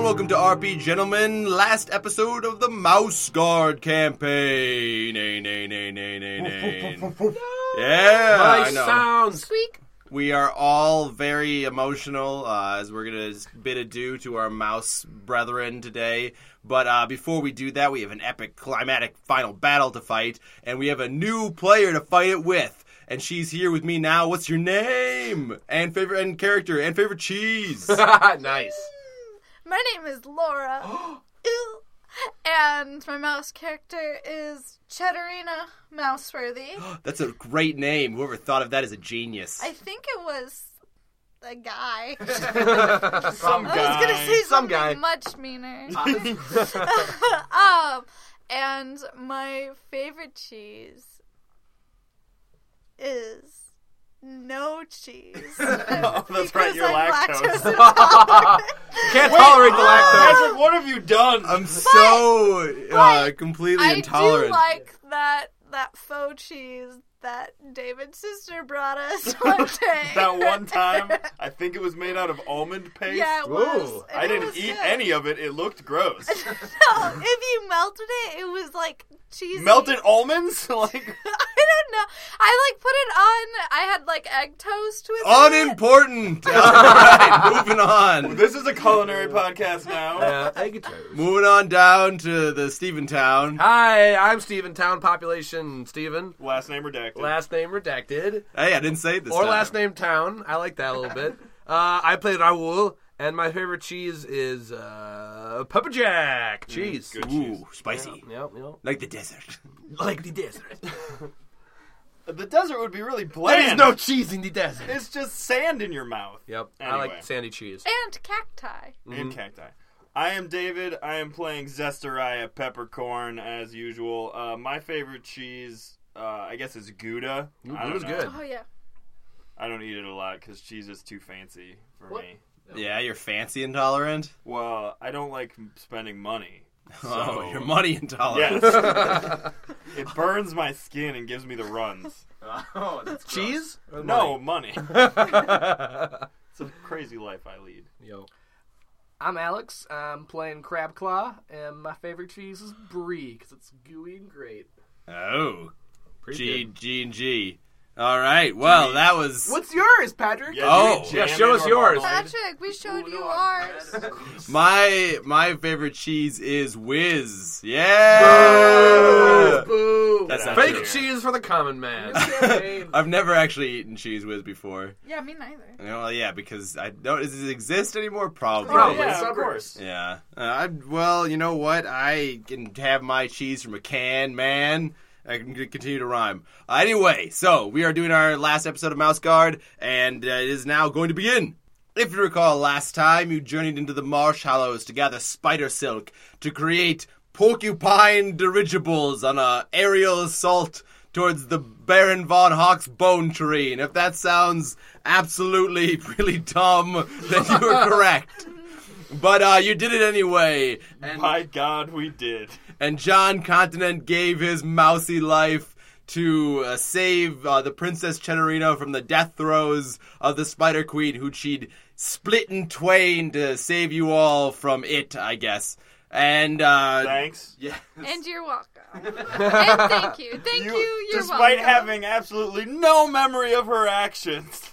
RP gentlemen, last episode of the Mouse Guard campaign. Nay, nay, nay, nay, nay, nay. Yeah, I Nice know. sounds. Squeak. We are all very emotional uh, as we're going to bid adieu to our mouse brethren today. But uh, before we do that, we have an epic climatic final battle to fight, and we have a new player to fight it with. And she's here with me now. What's your name? And favorite and character and favorite cheese. nice. My name is Laura. Ew. and my mouse character is Cheddarina Mouseworthy. That's a great name. Whoever thought of that is a genius. I think it was a guy. Some I was gonna say Some something guy. Uh-huh. much meaner. um, and my favorite cheese is no cheese. Oh, that's right, you're lactose. Can't tolerate the lactose. oh. oh, Patrick, what have you done? I'm so uh, completely I intolerant. do like that that faux cheese that David's sister brought us one day. that one time, I think it was made out of almond paste. Yeah, it was. Ooh. and I it didn't was eat good. any of it. It looked gross. No, if you melted it, it was like cheesy. Melted almonds? I like don't know. I like put it on. I had like egg toast with it. Unimportant. All right, moving on. this is a culinary podcast now. Uh, egg toast. Moving on down to the Steven Town. Hi, I'm Steven, town population Steven. Last name redacted. Last name redacted. Hey, I didn't say it this. Or time. last name town. I like that a little bit. Uh, I played Raoul, and my favorite cheese is uh, Pepper Jack cheese. good. Ooh, spicy. Yep, yep. Like the desert. Like the desert. Uh, the desert would be really bland. There's no cheese in the desert. It's just sand in your mouth. Yep, I Anyway. like sandy cheese. and cacti. mm-hmm. and cacti. I am David. I am playing Zesteriah Peppercorn as usual. Uh, my favorite cheese, uh, I guess, is Gouda. I don't Gouda's know. good. Oh yeah. I don't eat it a lot because cheese is too fancy for me. Yeah, you're fancy intolerant. Well, I don't like m- spending money. So. Oh, you're money intolerant. Yes. it burns my skin and gives me the runs. Oh, that's cheese? Or No money. it's a crazy life I lead. money? Yo. I'm Alex. I'm playing Crab Claw, and my favorite cheese is brie because it's gooey and great. Oh, Pretty G good. G and G. All right. Well, that was What's yours, Patrick? Oh. you Yeah, jam show in us or yours. marmalade. Patrick, we showed Moving you on. ours. my my favorite cheese is whiz. Yeah. Boo! That's not Fake true. cheese for the common man. Champagne. I've never actually eaten cheese whiz before. Yeah, me neither. Well, yeah, because I don't. Does it exist anymore? Probably. Probably. Yeah, of Suburbs. course. Yeah. Uh, I, well, you know what? I can have my cheese from a can, man. I can c- continue to rhyme. Uh, anyway, so we are doing our last episode of Mouse Guard, and uh, it is now going to begin. If you recall, last time you journeyed into the marsh hollows to gather spider silk to create porcupine dirigibles on a aerial assault towards the Baron von Hawk's bone tree. And if that sounds absolutely really dumb, then you are correct. But uh, you did it anyway. And, My God, we did. and John Continent gave his mousy life to uh, save uh, the Princess Cheddarino from the death throes of the Spider Queen, who she'd split in twain to save you all from it, I guess. And uh, Thanks. yeah, And you're welcome. and thank you. Thank you. You- you're despite welcome. having absolutely no memory of her actions.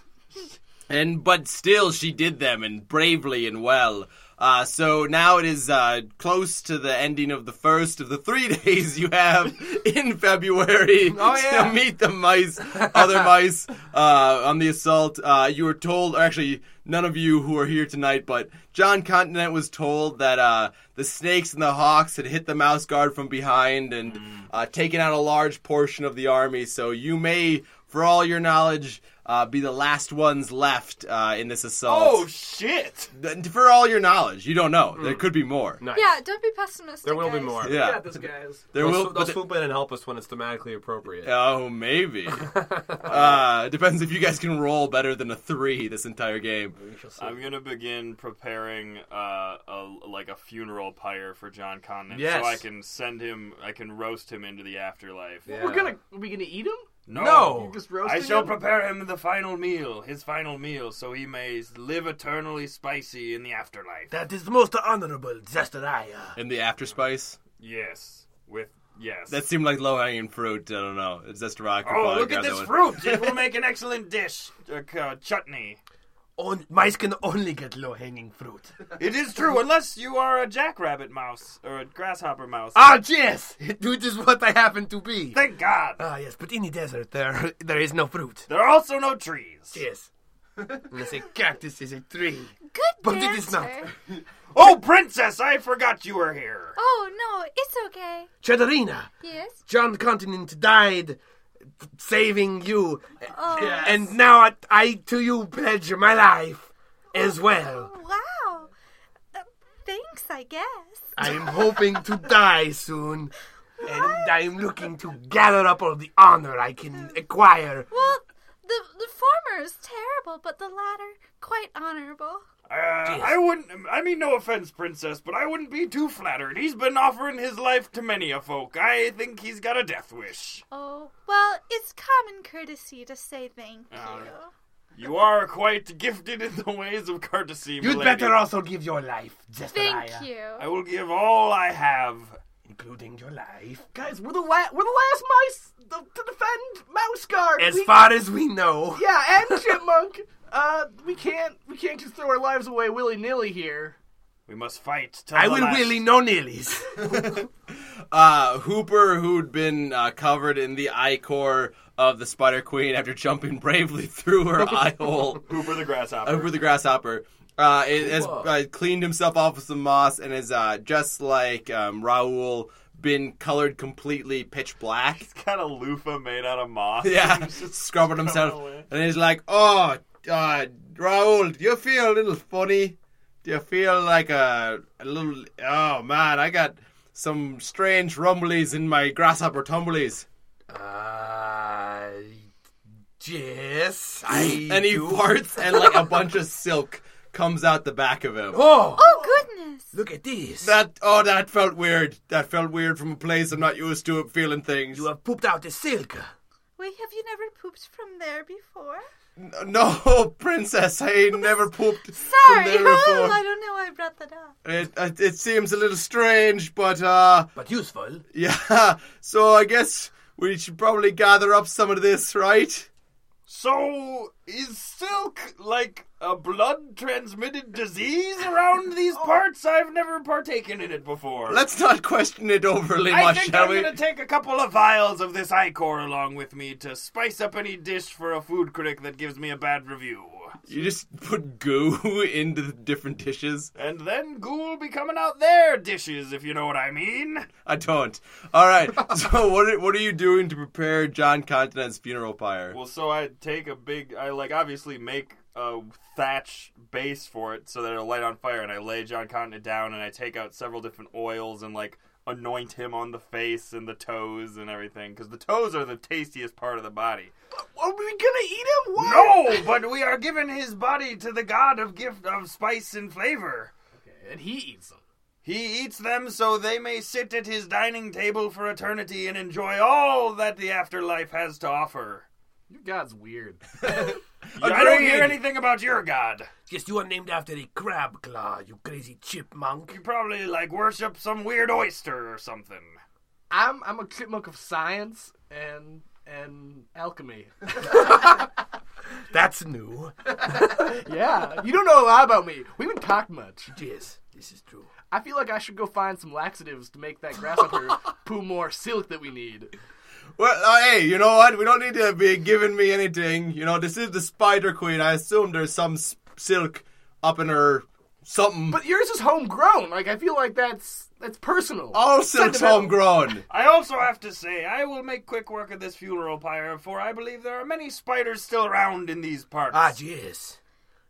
and but still she did them and bravely and well. Uh, so now it is uh, close to the ending of the first of the three days you have in February Oh, yeah. to meet the mice, other mice uh, on the assault. Uh, you were told, or actually, none of you who are here tonight, but John Continent was told that uh, the snakes and the hawks had hit the mouse guard from behind and uh, taken out a large portion of the army. So you may, for all your knowledge, uh, be the last ones left uh, in this Oh assault. shit! Th- for all your knowledge, you don't know. There could be more. nice. Yeah, don't be pessimistic. There will be guys. more. Yeah. I got this, guys. There They'll, will. sw- but they'll th- swoop in and help us when it's thematically appropriate. Oh, maybe. uh, depends if you guys can roll better than a three this entire game. I'm gonna begin preparing uh, a, like a funeral pyre for John Condon, Yes. so I can send him, I can roast him into the afterlife. Yeah. We're gonna. Are we gonna eat him? No. No. You're just roasting Oh, I shall him? prepare him the final meal, his final meal, so he may live eternally spicy in the afterlife. That is most honorable, Zestaraya. In the after spice? yes. With yes. That seemed like low hanging fruit. I don't know. It's just a rock. oh, look at this fruit! It will make an excellent dish. Uh, c- uh, chutney. On- mice can only get low-hanging fruit. It is true, unless you are a jackrabbit mouse or a grasshopper mouse. ah, yes! Which is what I happen to be. Thank God! Ah, yes, but in the desert, there there is no fruit. There are also no trees. Yes. Unless a cactus is a tree. Good But it dancer. is not. Oh, princess, I forgot you were here. Oh no, it's okay. Cheddarina, Yes. John Continent died t- saving you. Oh Yeah. And now I, I to you pledge my life as well. wow. Uh, thanks, I guess. I am hoping to die soon. And I am looking to gather up all the honor I can acquire. Well, the the former is terrible, but the latter quite honorable. Uh, I wouldn't. I mean, no offense, princess, but I wouldn't be too flattered. He's been offering his life to many a folk. I think he's got a death wish. Oh well, it's common courtesy to say thank you. Oh, You are quite gifted in the ways of courtesy. You'd milady. better also give your life, Zechariah. thank uh, you. I will give all I have. Including your life. Guys, we're the la- we're the last mice th- to defend Mouse Guard. As We- far as we know. yeah, and Chipmunk. Uh, we can't we can't just throw our lives away willy nilly here. We must fight. Till I the will last. willy no nillies. Uh, Hooper, who'd been uh, covered in the eye core of the Spider Queen after jumping bravely through her eye hole Hooper the grasshopper. over the grasshopper, uh, it, has Whoa. uh, cleaned himself off with some moss and is uh, just like um, Raul, been colored completely pitch black. He's got a loofah made out of moss. Yeah, He's just scrubbing himself, throwing away. and he's like, "Oh, uh, Raoul, do you feel a little funny? Do you feel like a, a little? Oh man, I got some strange rumblies in my grasshopper tumblies." Uh, yes, I And he do. farts, and like a bunch of silk comes out the back of him. Oh, Oh goodness. look at this! That oh, that felt weird. That felt weird from a place I'm not used to feeling things. you have pooped out the silk. Wait, have you never pooped from there before? No, princess, I ain't never pooped from Sorry. there Oh, I before. don't know why I brought that up. It, it, it seems a little strange, but uh, But useful. Yeah, so I guess we should probably gather up some of this, right? So is silk like a blood transmitted disease around these Oh. parts? I've never partaken in it before. Let's not question it overly I much, think shall I'm we? gonna take a couple of vials of this ichor along with me to spice up any dish for a food critic that gives me a bad review. You just put goo into the different dishes. And then ghoul be coming out their dishes, if you know what I mean. I don't. All right. so what are, what are you doing to prepare John Continent's funeral pyre? Well, so I take a big, I like obviously make a thatch base for it so that it'll light on fire, and I lay John Continent down, and I take out several different oils and like anoint him on the face and the toes and everything, because the toes are the tastiest part of the body. Are we gonna eat him? What? No, but we are giving his body to the god of gift of spice and flavor. And he eats them. He eats them so they may sit at his dining table for eternity and enjoy all that the afterlife has to offer. Your god's weird. I don't hear Agreed. anything about your god. Yes, you are named after a crab claw, you crazy chipmunk. You probably like worship some weird oyster or something. I'm I'm a chipmunk of science and and alchemy. That's new. yeah, you don't know a lot about me. We haven't talked much. yes, this is true. I feel like I should go find some laxatives to make that grasshopper poo more silk that we need. Well, uh, hey, you know what? We don't need to be giving me anything. You know, this is the Spider Queen. I assume there's some s- silk up in her something. But yours is homegrown. Like I feel like that's that's personal. All silk's Sentimental. homegrown. I also have to say, I will make quick work of this funeral pyre, for I believe there are many spiders still around in these parts. Ah, yes.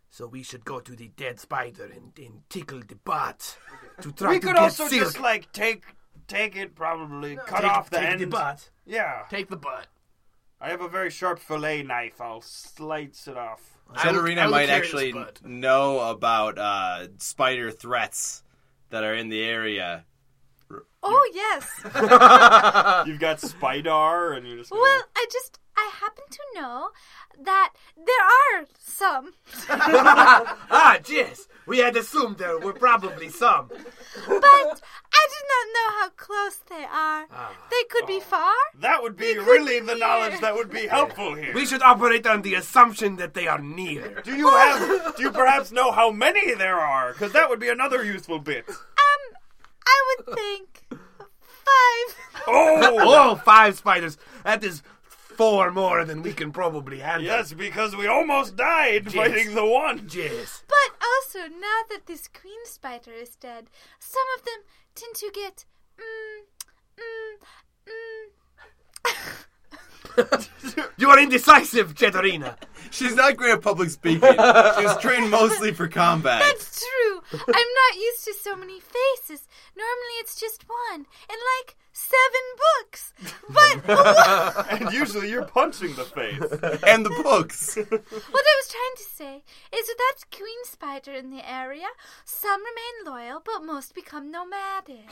So we should go to the dead spider and, and tickle the butt to try we to could get also silk. just like take take it, probably cut Take- off the take end. the butt. Yeah, Take the butt. I have a very sharp fillet knife. I'll slice it off. I will- I Katarina will might carry this actually butt. know about uh, spider threats that are in the area. Oh yes. Ah. You've got Spidar, and you're just. Well, I just I I happen to know that there are some. ah, yes. We had assumed there were probably some. but I do not know how close they are. They could be far. That would be really the knowledge that would be helpful here. We should operate on the assumption that they are near. Do you have? Do you perhaps know how many there are? Because that would be another useful bit. Um, I would think five. Oh, Oh, five spiders. That is four more than we can probably handle. yes, because we almost died fighting the one. Yes. But also, now that this queen spider is dead, some of them tend to get. Mm, mm, mm. You are indecisive, Chetarina. She's not great at public speaking. She was trained mostly for combat. That's true. I'm not used to so many faces. Normally, it's just one, and like seven books. But oh, what, And usually you're punching the face. and the books. what I was trying to say is with that queen spider in the area, some remain loyal, but most become nomadic.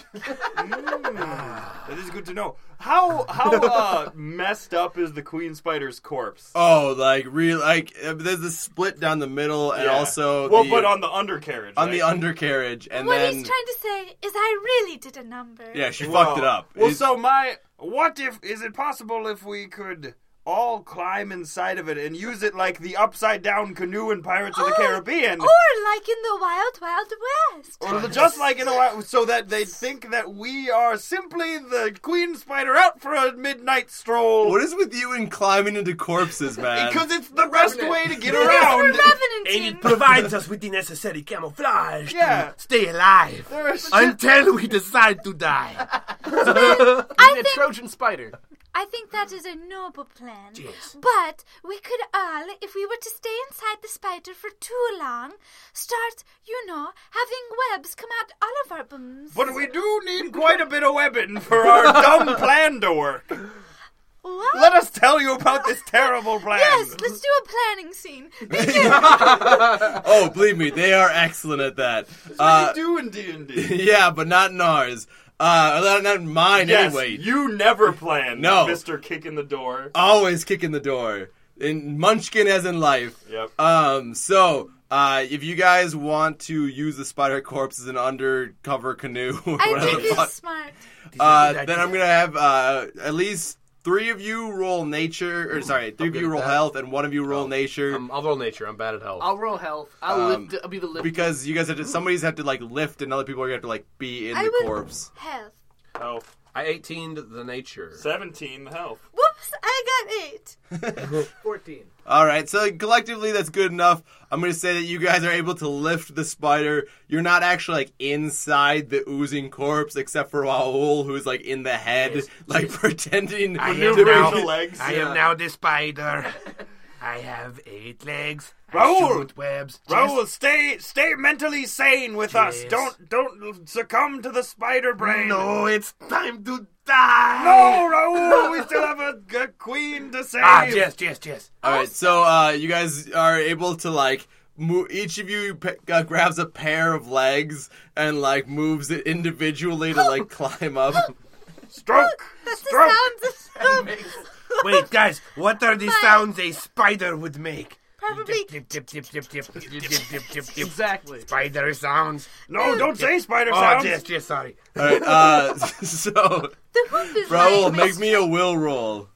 Ah, That is good to know. How how uh, messed up is the queen spider's corpse? Oh, like real like uh, there's the split down the middle, and Yeah. also well, the, but on the undercarriage. on the right? undercarriage, and what then he's trying to say is I really did a number. yeah, she Well- fucked it up. Well, It's- so my what if is it possible if we could all climb inside of it and use it like the upside down canoe in Pirates of the Oh, Caribbean? Or like in the Wild Wild West. Or the- just like in a while, so that they think that we are simply the queen spider out for a midnight stroll. what is with you and climbing into corpses, man? because it's the best way to get around. We're revenanting. And it provides us with the necessary camouflage Yeah. to stay alive There is- until we decide to die. And a think- Trojan spider. I think that is a noble plan. Yes. But we could all, if we were to stay inside the spider for too long, start, you know, having webs come out all of our booms. But we do need quite a bit of webbing for our dumb plan to work. What? Let us tell you about this terrible plan. yes, let's do a planning scene. oh, believe me, they are excellent at that. Uh, what do you do in D and D? yeah, but not in ours. Uh, not- not in mine Yes, anyway. you never plan. No. Uh, Mister Kick in the Door. always kicking the door in Munchkin as in life. Yep. Um. So, uh, if you guys want to use the spider corpse as an undercover canoe, or I whatever think the it's fuck, smart. uh, These are good then I'm gonna ideas. have uh, at least three of you roll nature, or sorry, three of good you at roll that. health, and one of you roll nature. Um, I'll roll nature. I'm bad at health. I'll roll health. I'll Um, lift. I'll be the lift. because you guys have to, somebody's have to like lift, and other people are gonna have to like be in I the will- corpse. Health. Oh, I 18'd the nature. seventeen health. Whoops, I got eight. Fourteen. All right, so collectively that's good enough. I'm going to say that you guys are able to lift the spider. You're not actually like inside the oozing corpse, except for Raul, who's like in the head, like pretending I to am, be. now, the legs. I Yeah. am now the spider. I have eight legs. I Raoul! shoot webs. Raoul, stay stay mentally sane with us. Yes. Don't don't succumb to the spider Just- brain. No, it's time to die. no, Raoul, we still have a, a queen to save. Ah, yes, yes, yes. All right, so uh, you guys are able to like. Mo- each of you p- uh, grabs a pair of legs and like moves it individually to like climb up. Stroke, That's stroke. the sounds of Wait, guys, what are the sounds a spider would make? Probably. Dip, dip, dip, dip, dip, dip, dip, dip, dip, dip, dip. Exactly. Spider sounds. No, don't say spider Oh, sounds. yes, yes, sorry. All right, uh, so The whoop is Raul, like make me a will roll.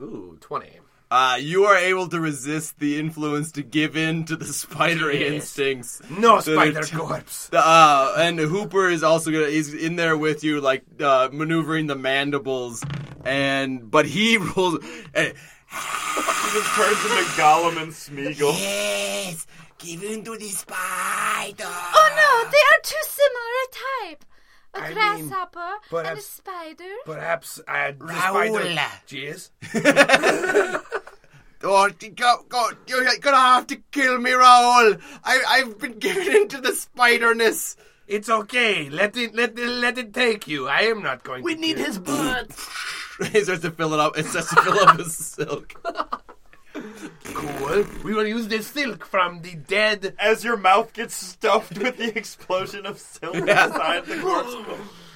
Ooh, 20. Uh, you are able to resist the influence to give in to the spidery Yes. instincts. No So they're spider t- corpse. Uh, and Hooper is also gonna he's in there with you, like uh, maneuvering the mandibles, and but he rolls. eh, He just turns into Gollum and Smeagol. yes, give in to the spider. Oh no, they are too similar a type. A I mean, grasshopper and a perhaps- spider. Perhaps uh, the Raoul. spider. Yes. Oh, t- go, go, you're gonna have to kill me, Raoul. I, I've been given into the spiderness. It's okay. Let it let it, let it take you. I am not going. We to need kill his blood. he starts to fill it up. It starts to fill up with silk. cool. We will use the silk from the dead. As your mouth gets stuffed with the explosion of silk inside the corpse.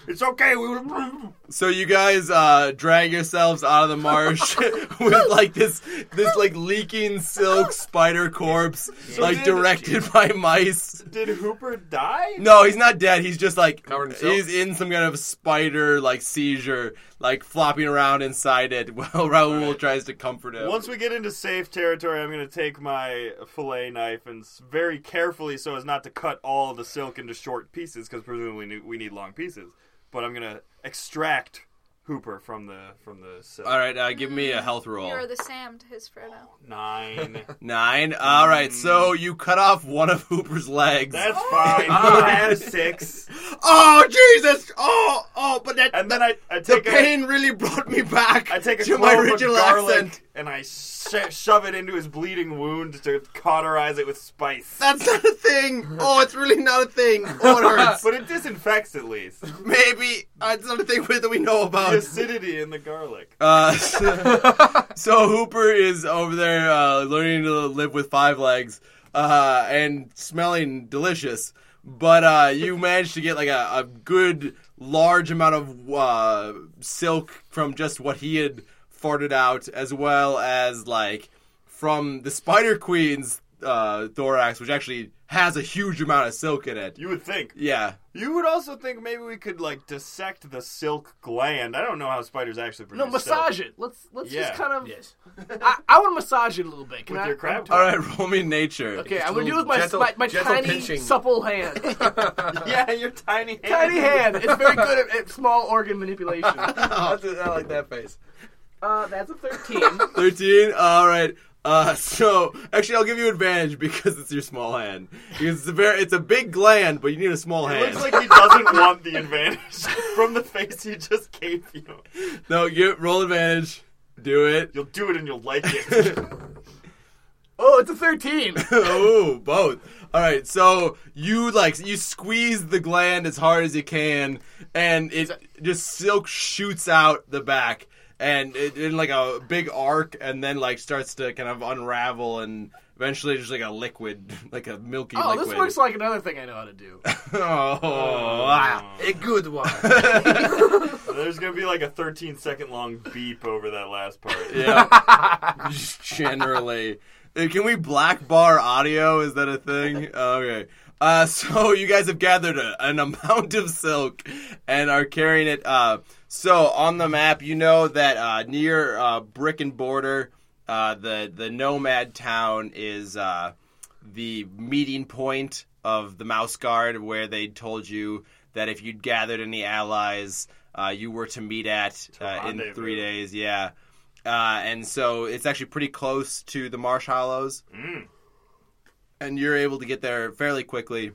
It's okay. We will. So you guys uh, drag yourselves out of the marsh with like this, this like leaking silk spider corpse, like did- directed by mice. Did Hooper die? No, he's not dead. He's just like Covered in silk? he's in some kind of spider like seizure, like flopping around inside it while Raul tries to comfort him. Once we get into safe territory, I'm going to take my fillet knife and s- very carefully, so as not to cut all the silk into short pieces, because presumably ne- we need long pieces. But I'm going to extract Hooper from the from the silk. All right, uh, give me Mm, a health roll. You're the Sam to his Frodo. Nine. Nine. All right, Mm. so you cut off one of Hooper's legs. That's fine. I have six, oh Jesus! Oh, oh, but that and then I, I the take a, pain really brought me back I take a to clove my of original garlic accent. and I sho- shove it into his bleeding wound to cauterize it with spice. That's not a thing. Oh, it's really not a thing. Oh, it hurts. but it disinfects at least Maybe uh, it's not a thing that we know the about. acidity in the garlic. Uh, so, so Hooper is over there uh, learning to live with five legs uh, and smelling delicious. But uh, you managed to get like a, a good large amount of uh, silk from just what he had farted out, as well as like from the Spider Queen's uh, thorax, which actually has a huge amount of silk in it. You would think. Yeah. You would also think maybe we could like dissect the silk gland. I don't know how spiders actually produce. No, massage silk. it. Let's let's Yeah. just kind of. Yes. I, I want to massage it a little bit. Can With I, Oh, your crab All right, roll me nature. Okay, Just I'm a gonna do it with little my gentle- my, my gentle tiny pinching. supple hand. Yeah, your tiny hand. tiny hand. It's very good at, at small organ manipulation. That's it. I like that face. Uh, that's a thirteen. 13 all right uh, so actually i'll give you advantage because it's your small hand because it's a very it's a big gland but you need a small It hand looks like he doesn't want the advantage from the face he just gave you. no you roll advantage do it You'll do it and you'll like it. oh, it's a thirteen. oh both all right so you like you squeeze the gland as hard as you can and it just silk shoots out the back and it, in like a big arc and then like starts to kind of unravel and eventually just like a liquid like a milky Oh, liquid this works like another thing I know how to do. oh wow. A good one. There's gonna be like a 13 second long beep over that last part. Yeah. Just generally. Uh, Can we black bar audio? Is that a thing? Okay. Uh, so you guys have gathered a, an amount of silk and are carrying it. Uh, so on the map, you know that uh, near uh, Brick and Border, uh, the the nomad town is uh, the meeting point of the Mouse Guard, where they told you that if you'd gathered any allies, uh, you were to meet at uh, in rendezvous. three days. Yeah. Uh, and so it's actually pretty close to the Marsh Hollows. And you're able to get there fairly quickly.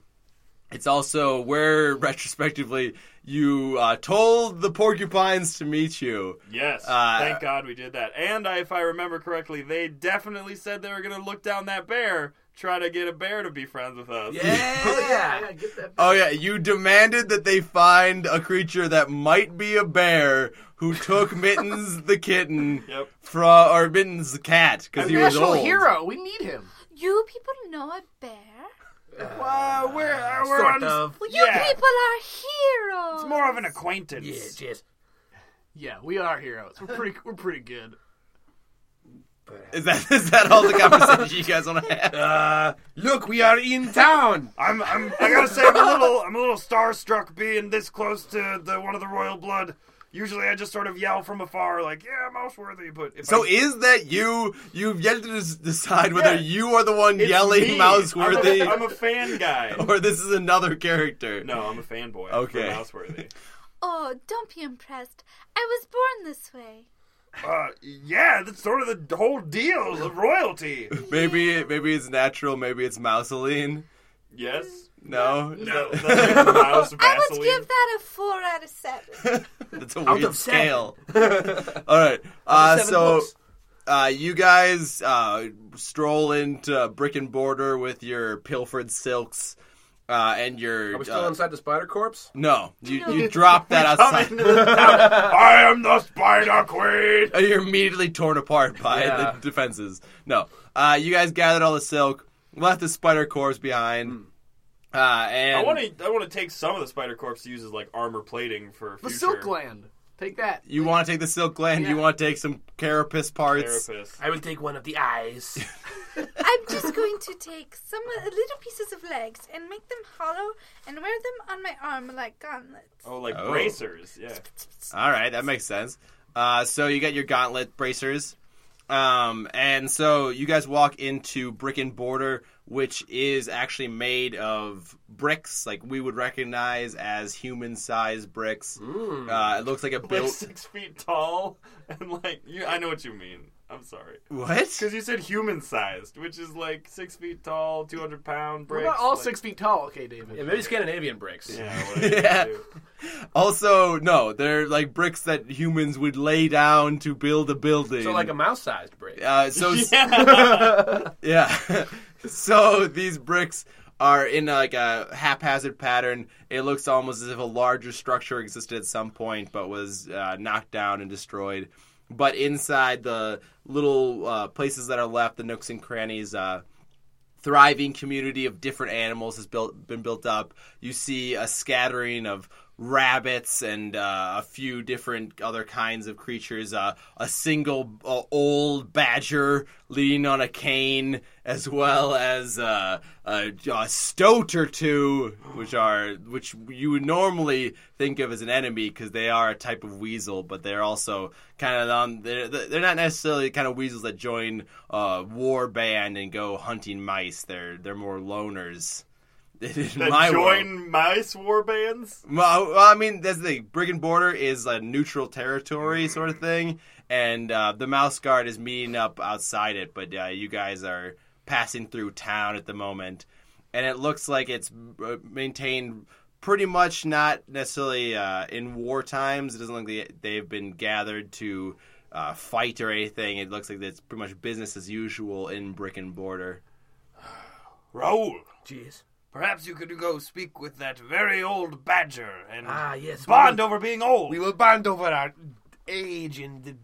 It's also where, retrospectively, you uh, told the porcupines to meet you. Yes. Uh, thank God we did that. And I, if I remember correctly, they definitely said they were gonna look down that bear, try to get a bear to be friends with us. I Yeah. gotta get that. Oh, yeah, you demanded that they find a creature that might be a bear who took Mittens the kitten Yep. from, or Mittens the cat, because he was National old. hero. We need him. You people know a bear? Wow, we're, uh, we're Sort on- of. Well, you Yeah. people are heroes. It's more of an acquaintance. Yeah. Yes. Yeah, we are heroes. We're pretty. We're pretty good. Is that, is that all the conversation you guys want to have? Uh, look, we are in town. I'm, I'm, I gotta say, I'm a little, I'm a little starstruck being this close to the one of the royal blood. Usually, I just sort of yell from afar, like, "Yeah, mouse worthy." But if So I, is that you? You've yet to des- decide whether Yeah. you are the one it's yelling me. Mouseworthy I'm a, I'm a fan guy. or this is another character. No, I'm a fanboy. Okay. for Mouseworthy. Oh, don't be impressed. I was born this way. Uh, yeah, that's sort of the whole deal of royalty. Maybe maybe it's natural, maybe it's Mouseline. Yes. No? No. mouse I would Vaseline. give that a four out of seven. That's a weird of seven. scale. All right. Uh, seven so books. uh, you guys uh, stroll into Brick and Border with your pilfered silks uh, and your. Are we still uh, inside the spider corpse? no, you, No. you drop that outside. I am the Spider Queen. Uh, You're immediately torn apart by Yeah. the defenses. No, uh, you guys gathered all the silk, left the spider corpse behind, Hmm. uh, and I want to. I want to take some of the spider corpse to use as like armor plating for The future. silk gland. Take that. You want to take the silk gland? You Yeah. want to take some carapace parts? Carapace. I will take one of the eyes. I'm just going to take some uh, little pieces of legs and make them hollow and wear them on my arm like gauntlets. Oh, like Oh. bracers. Yeah. All right, that makes sense. Uh, so you got your gauntlet bracers, um, and so you guys walk into brick and border, which is actually made of bricks, like we would recognize as human-sized bricks. Mm. Uh, it looks like a Like built. six feet tall and like you. I know what you mean. I'm sorry. What? Because you said human sized, which is like six feet tall, 200 pound We're bricks. not all like- six feet tall, okay, David. Yeah, maybe Scandinavian bricks. Yeah. what are you Yeah. gonna do? Also, no, they're like bricks that humans would lay down to build a building. So like a mouse-sized brick. Uh, so yeah. so these bricks are in like a haphazard pattern. It looks almost as if a larger structure existed at some point, but was uh, knocked down and destroyed. But inside the little uh, places that are left, the nooks and crannies, uh, thriving community of different animals has built been built up. You see a scattering of rabbits and uh, a few different other kinds of creatures. Uh, a single uh, old badger leaning on a cane, as well as uh, a, a stoat or two, which are which you would normally think of as an enemy because they are a type of weasel, but they're also kind of on. They're they're not necessarily the kind of weasels that join a war band and go hunting mice. They're they're more loners. In That my world. join mice war bands? Well, well, I mean, that's the thing. Brigand Border is a neutral territory sort of thing, and uh, the Mouse Guard is meeting up outside it, but uh, you guys are passing through town at the moment, and it looks like it's uh, maintained pretty much not necessarily uh, in war times. It doesn't look like they've been gathered to uh, fight or anything. It looks like it's pretty much business as usual in Brigand Border. Raoul, Jeez. perhaps you could go speak with that very old badger and Ah, yes. we bond will- over being old. We will bond over our age and the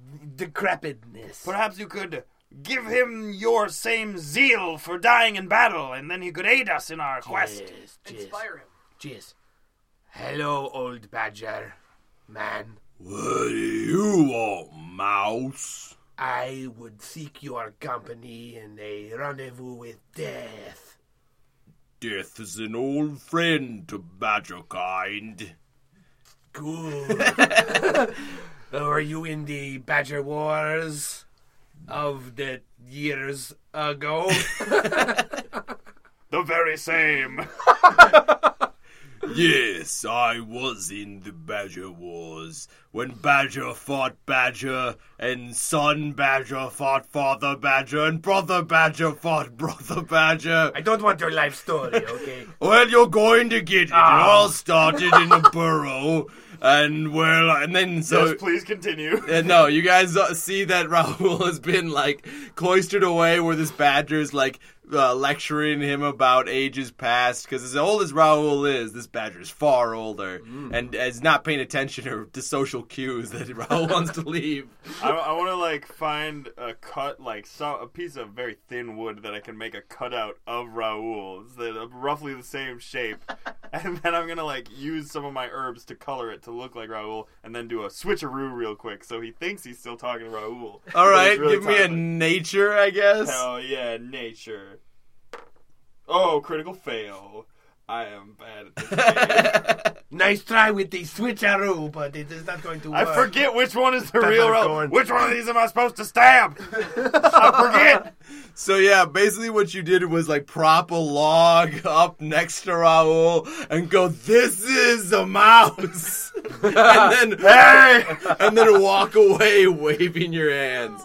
decrepitness. Perhaps you could give him your same zeal for dying in battle, and then he could aid us in our quest. Jeez, jeez, Inspire him. jeez. Hello, old badger. Man, What do you want, Mouse? I would seek your company in a rendezvous with death. Death is an old friend to badger kind. Good. Were you in the badger wars of the years ago? The very same. Yes, I was in the Badger Wars. When Badger fought Badger, and son Badger fought father Badger, and brother Badger fought brother Badger. I don't want your life story, okay? Well, you're going to get it. It all started in a burrow, and well, and then so. Yes, please continue. And no, you guys uh, see that Raul has been like cloistered away where this badger's like uh, lecturing him about ages past because as old as Raul is, this badger's far older Mm. and is not paying attention or to social cues that Raul wants to leave. I, want to like find a cut, like so, a piece of very thin wood that I can make a cutout of Raoul's that are roughly the same shape, and then I'm gonna like use some of my herbs to color it to look like Raoul, and then do a switcheroo real quick so he thinks he's still talking to Raoul. All right, really give me a timely. nature, I guess. Hell yeah, nature. Oh, critical fail. I am bad at this. game. Nice try with the switcheroo, but it is not going to I work. forget which one is the That's real how it's Raoul. going. Which one of these am I supposed to stab? I forget. So yeah, basically what you did was like prop a log up next to Raul and go, "This is a mouse," and then hey, and then walk away waving your hands.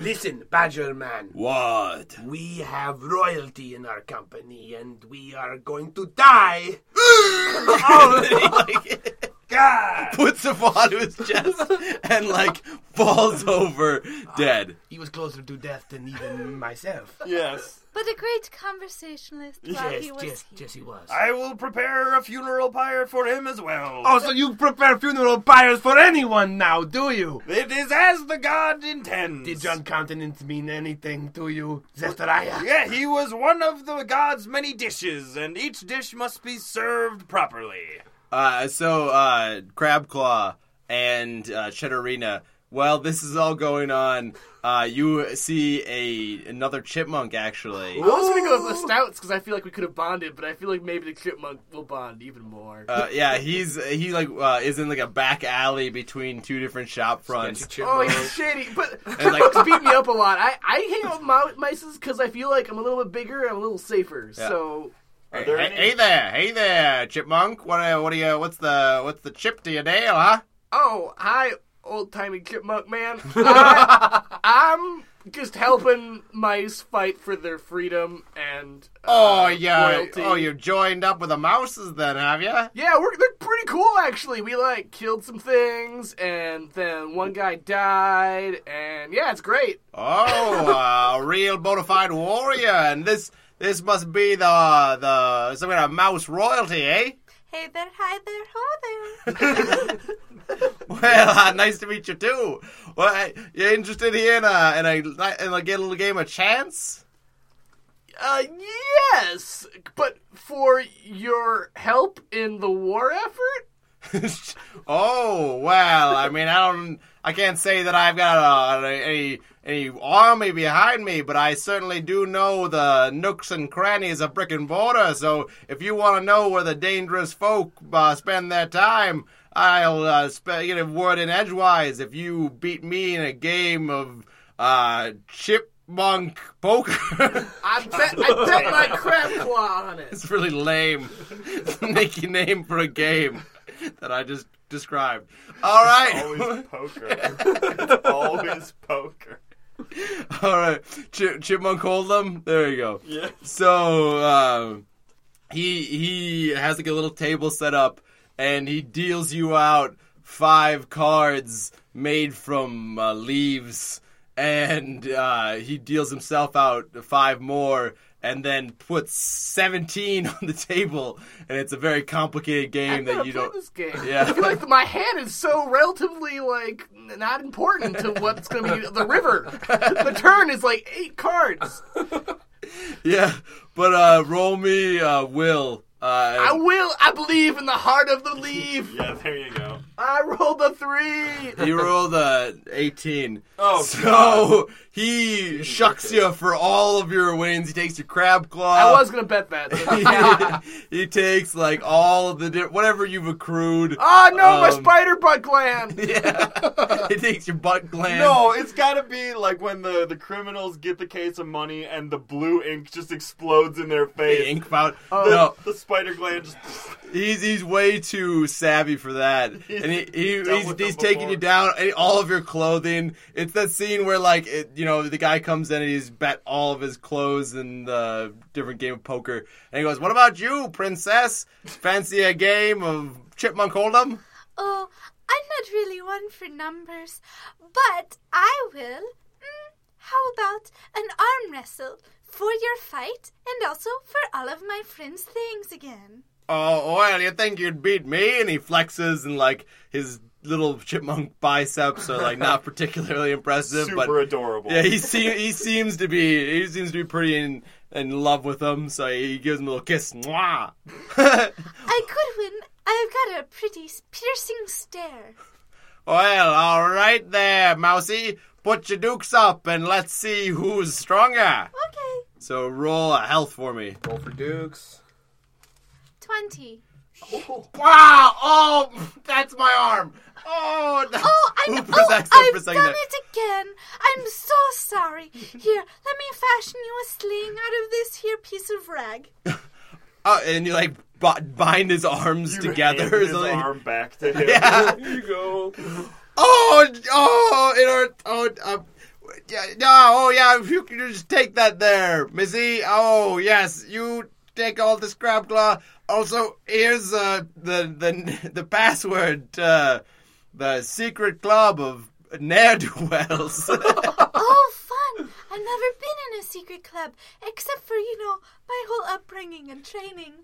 Listen, badger man. What? We have royalty in our company, and we are going to die. and then he like God! puts a paw to his chest and like falls over dead. He was closer to death than even myself. Yes. But a great conversationalist while yes, he was yes, here. yes, he was. I will prepare a funeral pyre for him as well. Oh, so you prepare funeral pyres for anyone now, do you? It is as the god intends. Did John Countenance mean anything to you, Zethariah? Yeah, he was one of the god's many dishes, and each dish must be served properly. Uh, so uh, Crab Claw and uh, Cheddarina. While this is all going on, uh, you see a another chipmunk actually. I was gonna go with the stouts because I feel like we could have bonded, but I feel like maybe the chipmunk will bond even more. Uh, yeah, he's he like uh, is in like a back alley between two different shop fronts. Oh, he's shitty. But And, like- chipmunks beat me up a lot. I, I hang out with mou- mices because I feel like I'm a little bit bigger and I'm a little safer. So Hey, there hey- any- hey there, hey there, chipmunk. What uh, what do you what's the what's the chip to your nail, huh? Oh, hi, old timey chipmunk man. I, I'm just helping mice fight for their freedom and. Uh, Oh yeah, royalty. oh you've joined up with the mouses then, have you? Yeah, we're, they're pretty cool actually. We like killed some things, and then one guy died, and yeah, it's great. Oh, a real bona fide warrior, and this this must be the the some kind of mouse royalty, eh? Hey there, hi there, ho there. Well, uh, nice to meet you too. Well, I, you interested here in a in a in a good little game of chance? Uh, yes, but for your help in the war effort. oh well, I mean, I don't, I can't say that I've got a, a, a army behind me, but I certainly do know the nooks and crannies of brick and mortar. So if you want to know where the dangerous folk uh, spend their time, I'll uh, spe- get a word in edgewise. If you beat me in a game of uh, chipmunk poker. I bet I bet my crab claw on it. It's really lame. Make your name for a game that I just described. All Always right. poker. it's always poker. All right. Chip, Chipmunk Hold'em. There you go. Yeah. So um, he he has like a little table set up, and he deals you out five cards made from uh, leaves, and uh, he deals himself out five more. And then puts seventeen on the table, and it's a very complicated game I'm that gonna you play don't. This game. Yeah. I feel like my hand is so relatively like n- not important to what's going to be the river. The turn is like eight cards. Yeah, but uh, roll me uh, will. I Uh, will. I believe in the heart of the leaf. Yeah, there you go. I rolled a three. you rolled a eighteen. Oh, so God. he shucks you for all of your wins. He takes your crab claw. I was going to bet that. so- he takes like all of the di- whatever you've accrued. oh no, my Um, spider butt gland. Yeah, he takes your butt gland. No, it's gotta be like when the, the criminals get the case of money and the blue ink just explodes in their the face. ink pout. The, No, the spider gland just. he's he's way too savvy for that, and he, he dealt he's, with he's them taking you before. down and all of your clothing. It's that scene where like it, you know the guy comes in and he's bet all of his clothes in the different game of poker, and he goes, "What about you, princess? Fancy a game of chipmunk hold'em?" Oh, I'm not really one for numbers, but I will. Mm, how about an arm wrestle for your fight and also for all of my friends' things again? Oh well, you think you'd beat me? And he flexes and like his little chipmunk biceps are like not particularly impressive, super but adorable. Yeah, he seems he seems to be he seems to be pretty in in love with him. So he gives him a little kiss. Mwah. I could win. I've got a pretty s- piercing stare. well, all right there, Mousy. Put your dukes up and let's see who's stronger. Okay, So roll a health for me. Roll for Dukes. 20. Wow! Oh, that's my arm. Oh, that's, Oh, I'm, Ooh, for a oh sec, for a I've second done there. it again. I'm so sorry. Here, let me fashion you a sling out of this here piece of rag. Oh, and you like b- bind his arms You together. handed his so they- arm back to him. Yeah. Here you go. Oh, oh, it hurt. Oh, um, yeah, no, oh, yeah, if you could just take that there, Missy. Oh, yes, you take all the scrap claw. Also, here's uh, the, the the password, uh, the secret club of ne'er do wells. Oh, fun! I've never been in a secret club, except for, you know, my whole upbringing and training.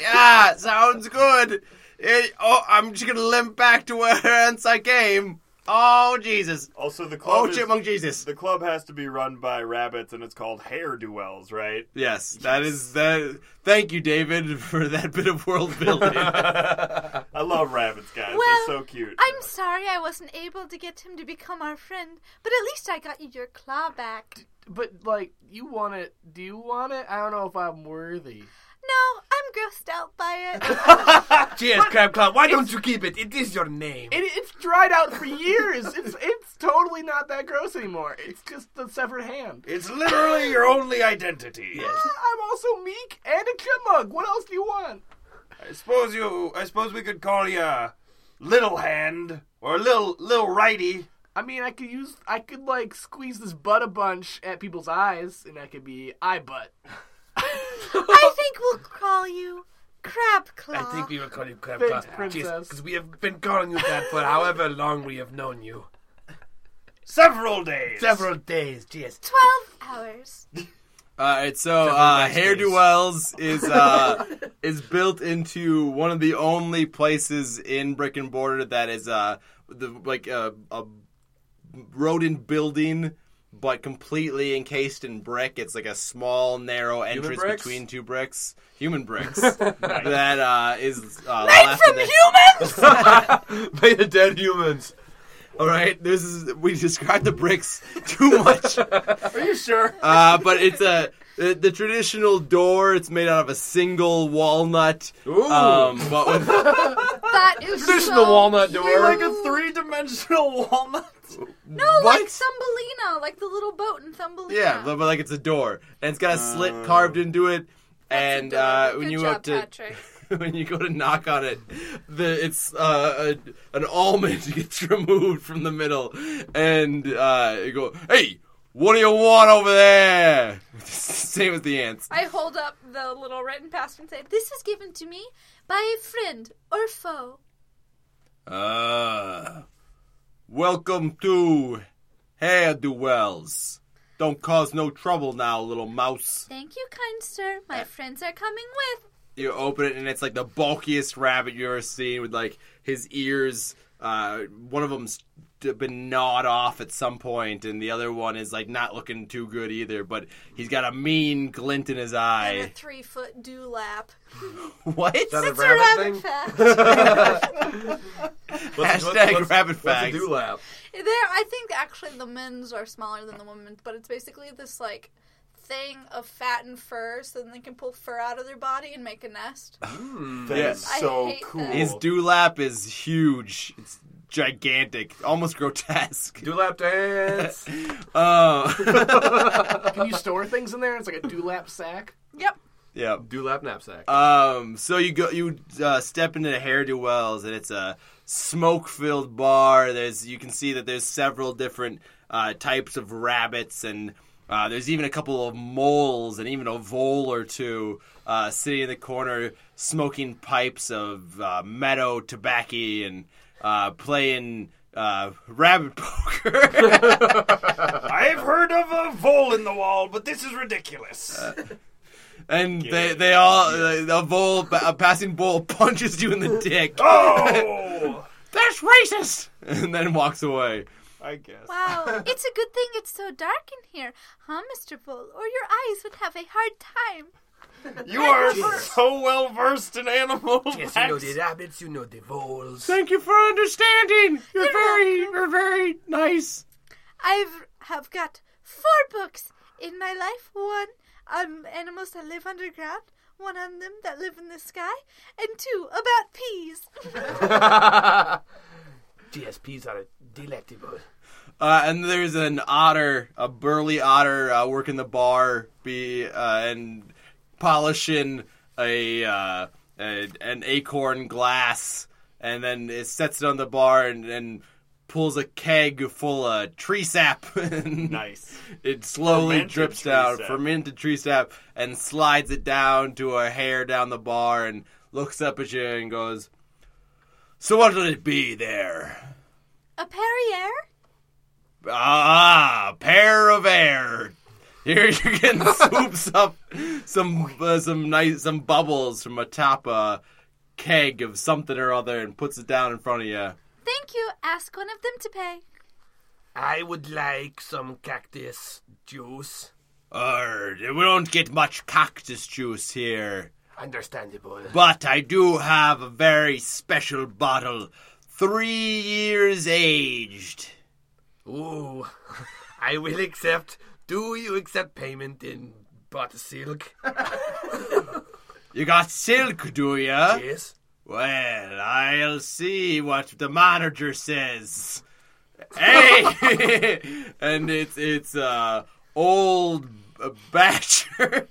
yeah, sounds good. Eh, oh, I'm just gonna limp back to where hence I came. Oh Jesus! Also, the club Oh is- chipmunk Jesus! the club has to be run by rabbits, and it's called Hair Duels, right? Yes, that is that. Thank you, David, for that bit of world building. I love rabbits, guys. Well, They're so cute. I'm sorry I wasn't able to get him to become our friend, but at least I got you your claw back. But like, you want it? Do you want it? I don't know if I'm worthy. No, I'm grossed out by it. Cheers, Crab Claw. Why don't you keep it? It is your name. It, it's dried out for years. it's it's totally not that gross anymore. It's just the severed hand. it's literally your only identity. I'm also meek and a chipmunk. What else do you want? I suppose you. I suppose we could call you Little Hand or Little Little Righty. I mean, I could use, I could like squeeze this butt a bunch at people's eyes, and I could be eye butt. I think we'll call you Crab Claw. I think we will call you Crab Thanks, Claw. princess. Because we have been calling you that for however long we have known you. Several days. Several days. Cheers. Twelve hours. All right, so uh, Hair Duels is uh, is built into one of the only places in brick and mortar that is uh, the like uh, a rodent building, but completely encased in brick. It's like a small, narrow entrance bricks? between two bricks, human bricks. That uh, is uh, Made left from in the- humans! Made of dead humans. All right, this is we described the bricks too much. Are you sure? uh, but it's a the, the traditional door. It's made out of a single walnut. Um, but with, that is Traditional so walnut cute. door. like a three-dimensional walnut. No, What? like Thumbelina, like the little boat in Thumbelina. yeah, but, but like it's a door, and it's got a slit carved into it. Uh. That's And uh, adorable. when Good you job, up to Patrick. when you go to knock on it, the it's uh, a, an almond gets removed from the middle, and uh, you go, "Hey, what do you want over there?" Same as the ants. I hold up the little written past and say, "This is given to me by a friend or foe." Uh, welcome to Hair Duels. Don't cause no trouble now, little mouse. Thank you, kind sir. My friends are coming with. You open it, and it's like the bulkiest rabbit you've ever seen with like his ears. Uh, one of them's d- been gnawed off at some point, and the other one is like not looking too good either, but he's got a mean glint in his And a eye. three-foot dewlap. What? that a It's a rabbit rabbit thing? fact. What's- what's- Hashtag what's- rabbit what's a facts. dewlap? there, I think actually the men's are smaller than the women's, but it's basically this like thing of fat and fur, so then they can pull fur out of their body and make a nest. That Yeah. is I so hate cool. that. His dewlap is huge. It's gigantic, almost grotesque. Dewlap dance. Oh, Can you store things in there? It's like a dewlap sack. Yep. yeah. Dewlap knapsack. Um, so you go, you uh, step into the Hair Wells, and it's a smoke-filled bar. There's, you can see that there's several different uh, types of rabbits, and uh, there's even a couple of moles, and even a vole or two uh, sitting in the corner, smoking pipes of uh, meadow tobacco and uh, playing uh, rabbit poker. I've heard of a vole in the wall, but this is ridiculous. and they, they all uh, a vole, a passing bull punches you in the dick. oh, That's racist! And then walks away. I guess. Wow, it's a good thing it's so dark in here, huh, Mr. Bull? Or your eyes would have a hard time. You are so well versed in animal Yes, you know facts. the rabbits, you know the voles. Thank you for understanding! You're very, you're very nice. I've have got four books in my life. One on animals that live underground, one on them that live in the sky, and two about peas. GSPs are delectable. Uh, and there's an otter, a burly otter, uh, working the bar, be uh, and polishing a, uh, a an acorn glass, and then it sets it on the bar and, and pulls a keg full of tree sap. Nice. It slowly Fermented drips tree down, sap. fermented tree sap, and slides it down to her hair down the bar and looks up at you and goes, So what'll it be there? A Perrier? Ah, pair of air. Here you can swoops up some uh, some nice some uh, bubbles from atop a keg of something or other and puts it down in front of you. Thank you. Ask one of them to pay. I would like some cactus juice. Arr, we don't get much cactus juice here, Understandable. but I do have a very special bottle. Three years aged. Ooh, I will accept. Do you accept payment in butter silk? You got silk, do ya? yes. Well, I'll see what the manager says. Hey, and it's it's uh old uh, Badger.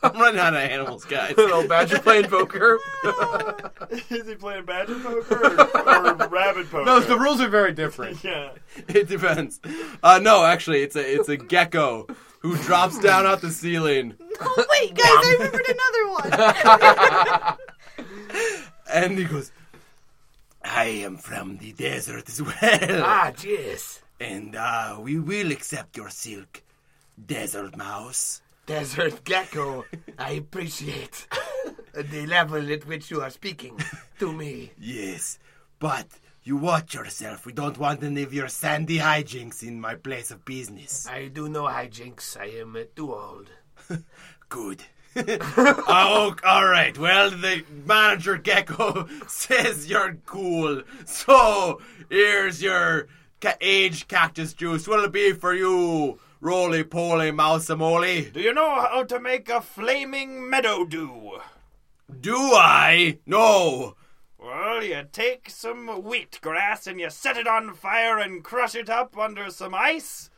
I'm running out of animals, guys. Little badger playing poker. Is he playing badger poker or, or rabbit poker? No, the rules are very different. Yeah. It depends. Uh, no, actually, it's a it's a gecko who drops down off the ceiling, Oh, wait, guys, I remembered another one. and he goes, "I am from the desert as well." Ah, yes. And uh, we will accept your silk, desert mouse. Desert Gecko, I appreciate the level at which you are speaking to me. Yes, but you watch yourself. We don't want any of your sandy hijinks in my place of business. I do no hijinks. I am uh, too old. Good. oh, all right. Well, the manager gecko says you're cool. So here's your ca- aged cactus juice. What'll it be for you, roly poly mouseamole? Do you know how to make a flaming meadow dew? Do I? No. Well, you take some wheat grass and you set it on fire and crush it up under some ice,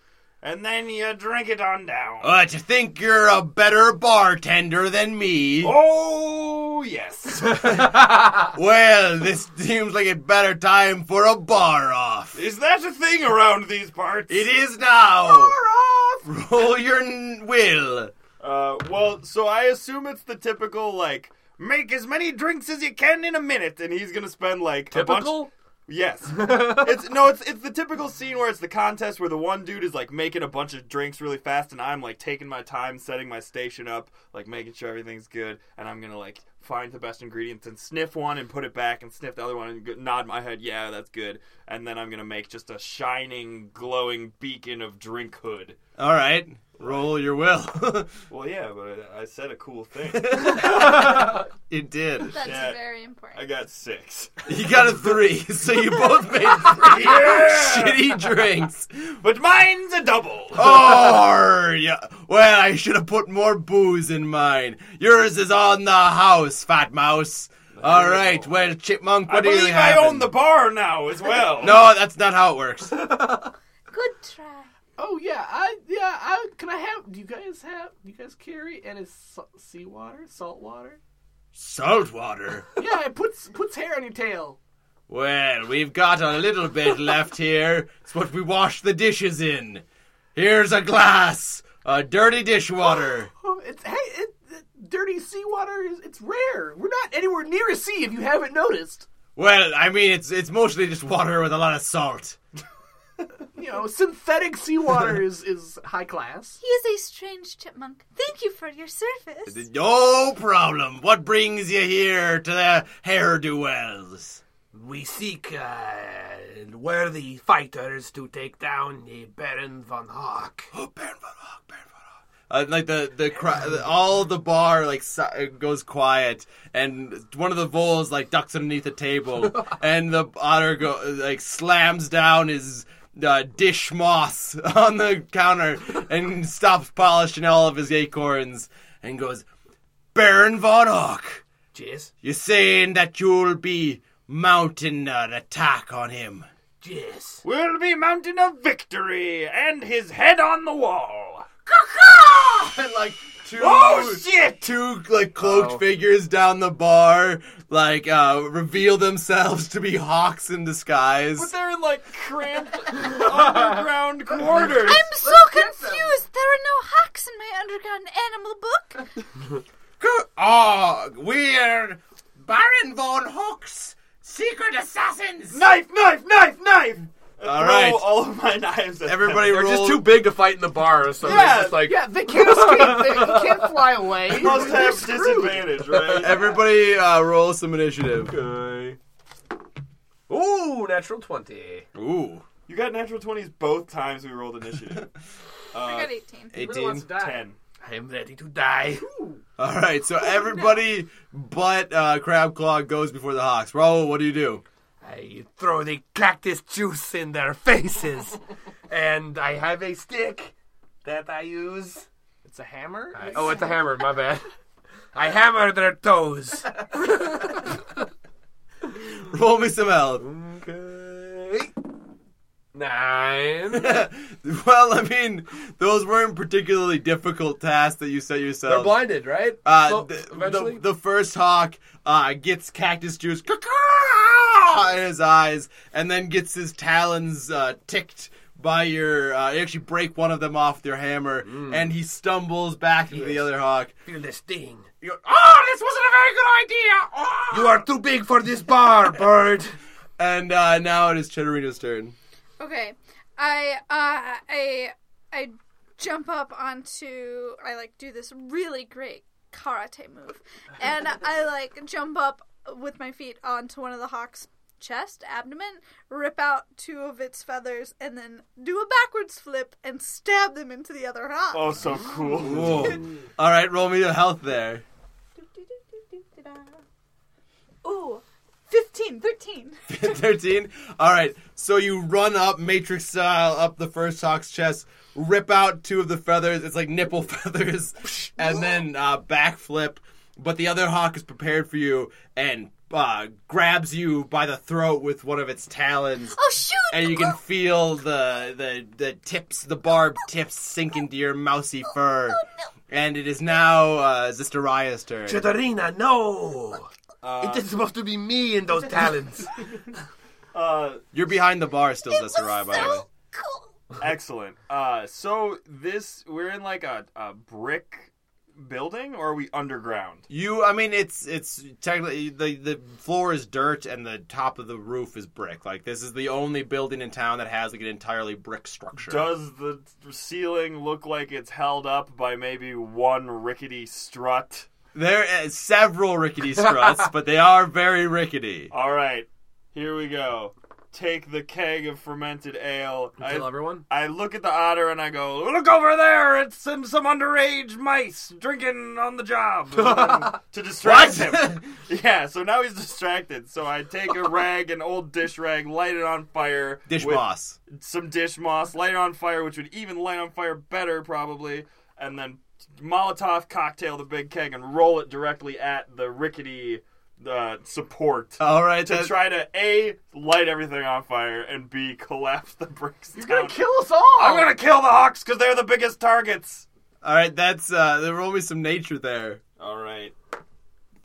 and then you drink it on down. Uh, do you think you're a better bartender than me? oh, yes. Well, this seems like a better time for a bar off. Is that a thing around these parts? It is now. Roll your n- will. Uh, well, so I assume it's the typical, like, make as many drinks as you can in a minute, and he's gonna spend, like, a bunch. Typical. Yes. it's no, it's it's the typical scene where it's the contest where the one dude is like making a bunch of drinks really fast and I'm like taking my time setting my station up, like making sure everything's good and I'm going to like find the best ingredients and sniff one and put it back and sniff the other one and go- nod my head, yeah, that's good. And then I'm going to make just a shining glowing beacon of drink hood. All right. Roll your will. Well, yeah, but I, I said a cool thing. it did. That's Yeah. very I important. got 6. You got a three, so you both made three shitty drinks. But mine's a double. Oh, yeah. Well, I should have put more booze in mine. Yours is on the house, fat mouse. All right. Well, chipmunk, I what do you believe I have? own the bar now as well. No, that's not how it works. Good try. Oh yeah, I yeah, I can I have? Do you guys have? Do you guys carry? And it's sa- seawater, salt water. Salt water. Yeah, it puts puts hair on your tail. Well, we've got a little bit left here. It's what we wash the dishes in. Here's a glass, a dirty dishwater. Oh, it's hey, it, it, dirty seawater is it's rare. We're not anywhere near a sea. If you haven't noticed, Well, I mean, it's it's mostly just water with a lot of salt. you know, synthetic seawater is is high class. He is a strange chipmunk. Thank you for your service. No problem. What brings you here to the hairdo wells? We seek uh, worthy fighters to take down the Baron von Hawk. Oh, Baron von Hawk, Baron von Hawk. Uh, like the the, cri- the all the bar like si- goes quiet, and one of the voles like ducks underneath the table, and the otter go like slams down his uh, dish moss on the counter and stops polishing all of his acorns and goes, Baron von Hawk, Yes, you saying that you'll be mounting an attack on him? yes. We'll be mounting a victory and his head on the wall. and like two Oh shit! two like cloaked figures down the bar like uh reveal themselves to be hawks in disguise. They're in like cramped underground quarters. I'm so confused. There are no hawks in my underground animal book. Oh, we're Baron von Hawks, secret assassins. Knife, knife, knife, knife! All right. all of my knives. At Everybody them. They're roll. just too big to fight in the bar, so Yeah, they're just like Yeah, they can't escape. They, they can't fly away. must They're have screwed. disadvantage, right? Everybody uh, roll some initiative. Okay. Ooh, natural 20. Ooh, You got natural 20s both times we rolled initiative. I Uh, got 18. Everyone wants 18. to die. 10. I am ready to die. All right, so everybody but uh, Crab Claw goes before the Hawks. Raul, what do you do? I throw the cactus juice in their faces. and I have a stick that I use. It's a hammer. I- oh, it's a hammer, my bad. I hammer their toes. Roll me some help. Okay. Nine. well, I mean, those weren't particularly difficult tasks that you set yourself. They're blinded, right? Uh, Well, the, eventually. the, the first hawk uh, gets cactus juice in his eyes, and then gets his talons uh, ticked by your. Uh, you actually break one of them off with your hammer, and he stumbles back into the Yes. other hawk. Feel the sting. You're, oh, this wasn't a very good idea. Oh! You are too big for this bar, bird. And uh, now it is Cheddarino's turn. Okay. I uh I I jump up onto I like do this really great karate move. And I like jump up with my feet onto one of the hawk's chest, abdomen, rip out two of its feathers and then do a backwards flip and stab them into the other hawk. Oh, so cool. Whoa. All right, roll me a health there. Oh. Ooh. 15, 13. 13. All right. So you run up matrix style up the first hawk's chest, rip out two of the feathers. It's like nipple feathers, and then uh, backflip. But the other hawk is prepared for you and uh, grabs you by the throat with one of its talons. Oh shoot! And you can feel the, the the tips, the barb tips sink into your mousy fur. And it is now uh, Zistaria's turn. Cheddarina, no! Uh, it is supposed to be me and those talents. uh, You're behind the bar still, Zistaria, by the way. excellent. Uh, so this, we're in like a, a brick building, or are we underground? You, I mean, it's it's technically the the floor is dirt and the top of the roof is brick. Like this is the only building in town that has like an entirely brick structure. Does the ceiling look like it's held up by maybe one rickety strut? There are several rickety struts, but they are very rickety. All right, here we go. Take the keg of fermented ale. I- Kill everyone. I look at the otter and I go, look over there! It's some, some underage mice drinking on the job to distract him. Yeah, so now he's distracted. So I take a rag, an old dish rag, light it on fire. Dish with moss. Some dish moss, light it on fire, which would even light on fire better probably, and then Molotov cocktail the big keg and roll it directly at the rickety uh, support. All right, to that- try to a light everything on fire and b collapse the bricks. You're gonna down. kill us all. I'm gonna kill the Hawks because they're the biggest targets. all right. That's uh, there will be some nature there. All right.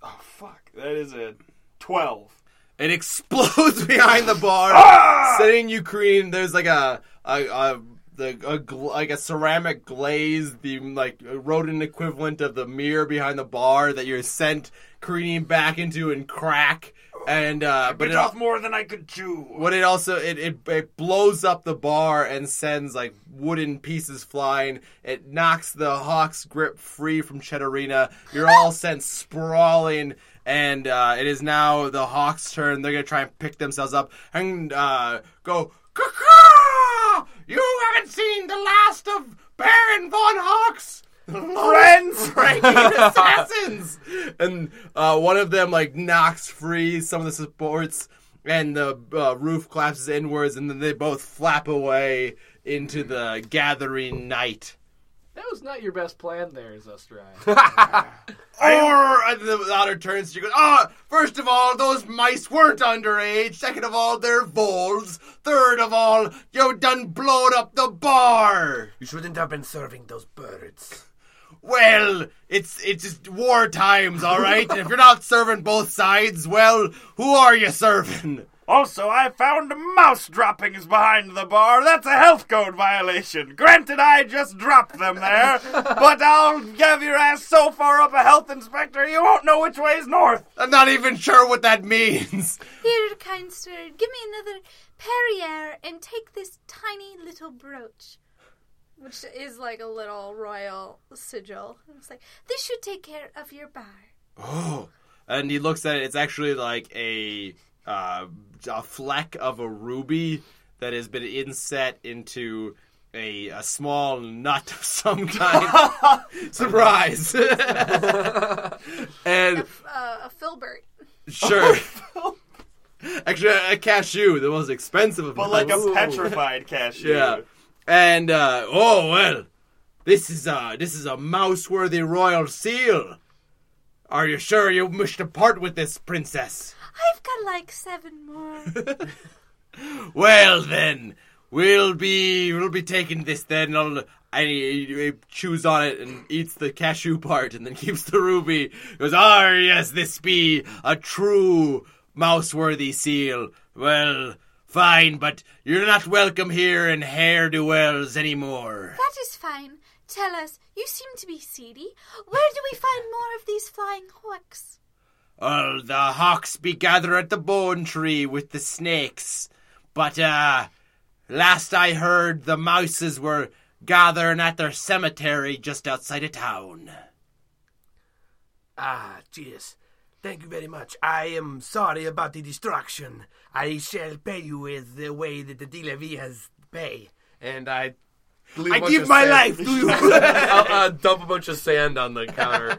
Oh fuck, that is a twelve. It explodes behind the bar, setting you cream. There's like a a. a the, a, gl- like a ceramic glaze, the like rodent equivalent of the mirror behind the bar that you're sent careening back into and crack. And uh, but Bit it, off more than I could chew. what it also it, it it blows up the bar and sends like wooden pieces flying. It knocks the hawk's grip free from Cheddarina. You're all sent sprawling, and uh, it is now the hawk's turn. They're gonna try and pick themselves up and uh, go. "Caw-caw! Ah, You haven't seen the last of Baron von Hawks. Friends, ranking assassins, and uh, one of them like knocks free some of the supports, and the uh, roof collapses inwards, and then they both flap away into the gathering night. That was not your best plan, there, Zestrai. Or and the otter turns to you. and Goes, oh, first of all, those mice weren't underage. Second of all, they're voles. Third of all, you done blowed up the bar. you shouldn't have been serving those birds. Well, it's it's just war times, all right. and if you're not serving both sides, well, who are you serving? Also, I found mouse droppings behind the bar. That's a health code violation. Granted, I just dropped them there, but I'll give your ass so far up a health inspector you won't know which way is north. I'm not even sure what that means. Here, kind sir, give me another Perrier and take this tiny little brooch. Which is like a little royal sigil. It's like, this should take care of your bar. and he looks at it. It's actually like a uh, a fleck of a ruby that has been inset into a, a small nut of some kind. Surprise! and Uh, a filbert. sure. Actually, a cashew, the most expensive of But like nuts. a petrified cashew. Yeah. And uh, oh well, this is a this is a mouse-worthy royal seal. Are you sure you wish to part with this princess? I've got like seven more. Well then, we'll be we'll be taking this then. I'll, I, I chews on it and eats the cashew part, and then keeps the ruby. Goes, ah yes, this be a true mouse-worthy seal. Well, fine, but you're not welcome here in Hair-do-wells anymore. That is fine. Tell us, you seem to be seedy. Where do we find more of these flying hawks? All the hawks be gather at the bone tree with the snakes. But, uh, last I heard, the mouses were gathering at their cemetery just outside of town. Ah, Jesus. Thank you very much. I am sorry about the distraction. I shall pay you with the way that the DLV has pay. And I I give my life to you. I'll uh, dump a bunch of sand on the counter.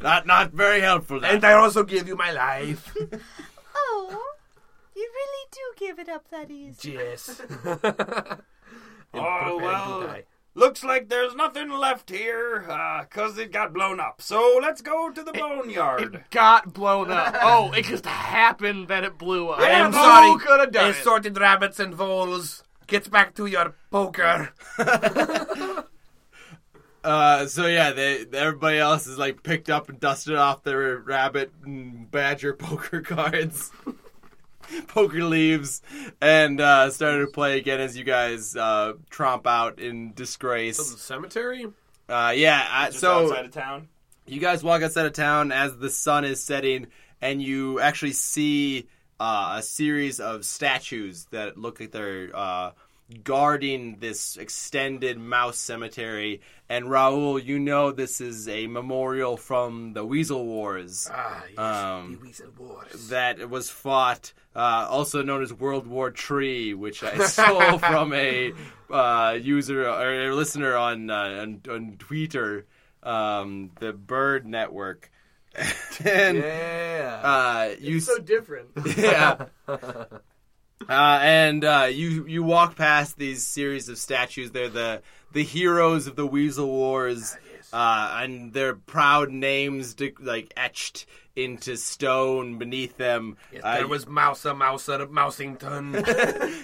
not, not very helpful. That. and I also give you my life. Oh, you really do give it up that easy. yes. Oh well. die. Looks like there's nothing left here, uh, cause it got blown up. So let's go to the boneyard. Got blown up. Oh, it just happened that it blew up. I am Who sorry. could have done it? Assorted rabbits and voles. Get back to your poker. Uh, so yeah, they, everybody else is like picked up and dusted off their rabbit and badger poker cards, poker leaves, and uh, started to play again as you guys uh, tromp out in disgrace. cemetery? Uh, yeah, I, Just so outside of town. you guys walk outside of town as the sun is setting, and you actually see uh, a series of statues that look like they're uh, guarding this extended mouse cemetery. And Raoul, you know this is a memorial from the Weasel Wars Ah, yes. Um, the Weasel Wars. that was fought, uh, also known as World War Tree, which I stole from a uh, user or a listener on uh, on, on Twitter, um, the Bird Network, and Yeah. uh, you so different. yeah. Uh, and uh, you you walk past these series of statues. They're the the heroes of the Weasel Wars, uh, and their proud names dic- like etched into stone beneath them. Yes, Uh, there was Mouser, Mouser, Mousington.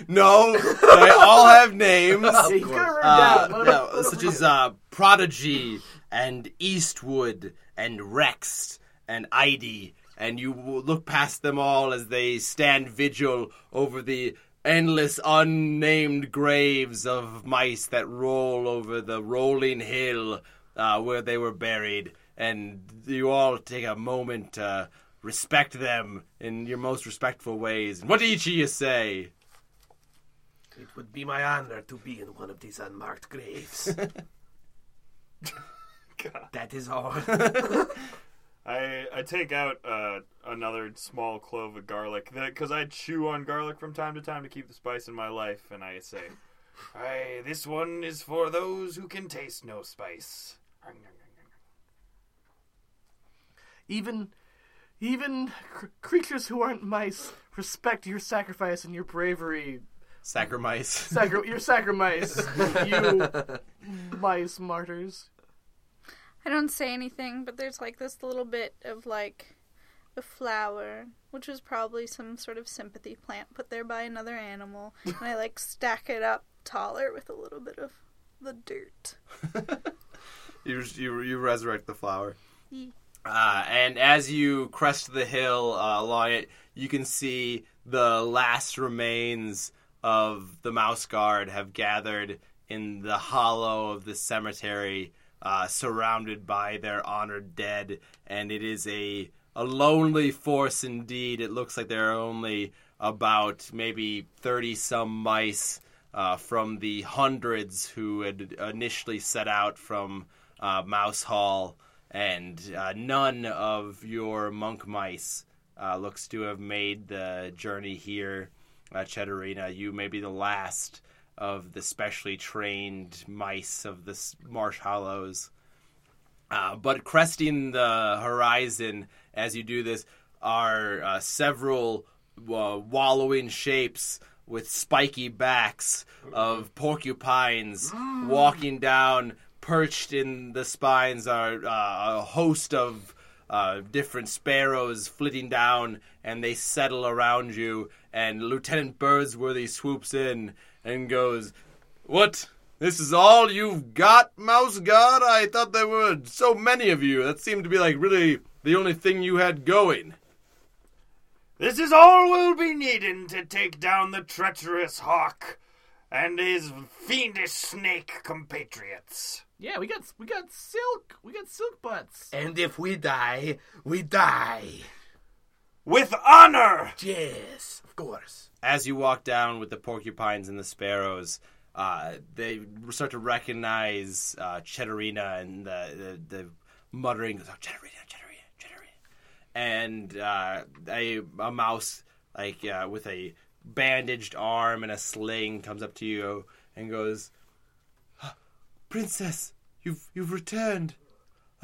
no, they all have names, He's gonna run uh, down. Let him- no, such as uh, Prodigy and Eastwood and Rex and Idy, and you will look past them all as they stand vigil over the endless unnamed graves of mice that roll over the rolling hill uh, where they were buried, and you all take a moment to respect them in your most respectful ways. What do each of you say? it would be my honor to be in one of these unmarked graves. That is all. I I take out uh, another small clove of garlic because I chew on garlic from time to time to keep the spice in my life, and I say, "Aye, this one is for those who can taste no spice." even, even cr- creatures who aren't mice respect your sacrifice and your bravery. Saccharomyces. Sacri- your sacrifice, you mice martyrs. I don't say anything, but there's like this little bit of like a flower, which was probably some sort of sympathy plant put there by another animal, and I like stack it up taller with a little bit of the dirt. You, you, you resurrect the flower. Ye- Uh, and as you crest the hill uh, along it, you can see the last remains of the Mouse Guard have gathered in the hollow of the cemetery, uh, surrounded by their honored dead. And it is a, a lonely force indeed. It looks like there are only about maybe 30 some mice uh, from the hundreds who had initially set out from uh, Mouse Hall, and uh, none of your monk mice uh, looks to have made the journey here uh, Cheddarina. You may be the last of the specially trained mice of the s- Marsh Hollows. Uh, but cresting the horizon as you do this are uh, several uh, wallowing shapes with spiky backs of porcupines walking down. Perched in the spines are uh, a host of uh, different sparrows flitting down, and they settle around you. And Lieutenant Birdsworthy swoops in and goes, "What? This is all you've got, Mouse God? I thought there were so many of you. That seemed to be like really the only thing you had going." This is all we'll be needing to take down the treacherous hawk and his fiendish snake compatriots. Yeah, we got we got silk. We got silk butts. And if we die, we die. With honor! Yes, of course. as you walk down with the porcupines and the sparrows, uh, they start to recognize uh, Cheddarina and the, the, the muttering goes, oh, Cheddarina, Cheddarina, Cheddarina. And uh, a, a mouse, like uh, with a bandaged arm and a sling, comes up to you and goes, "Ah, Princess, you've, you've returned.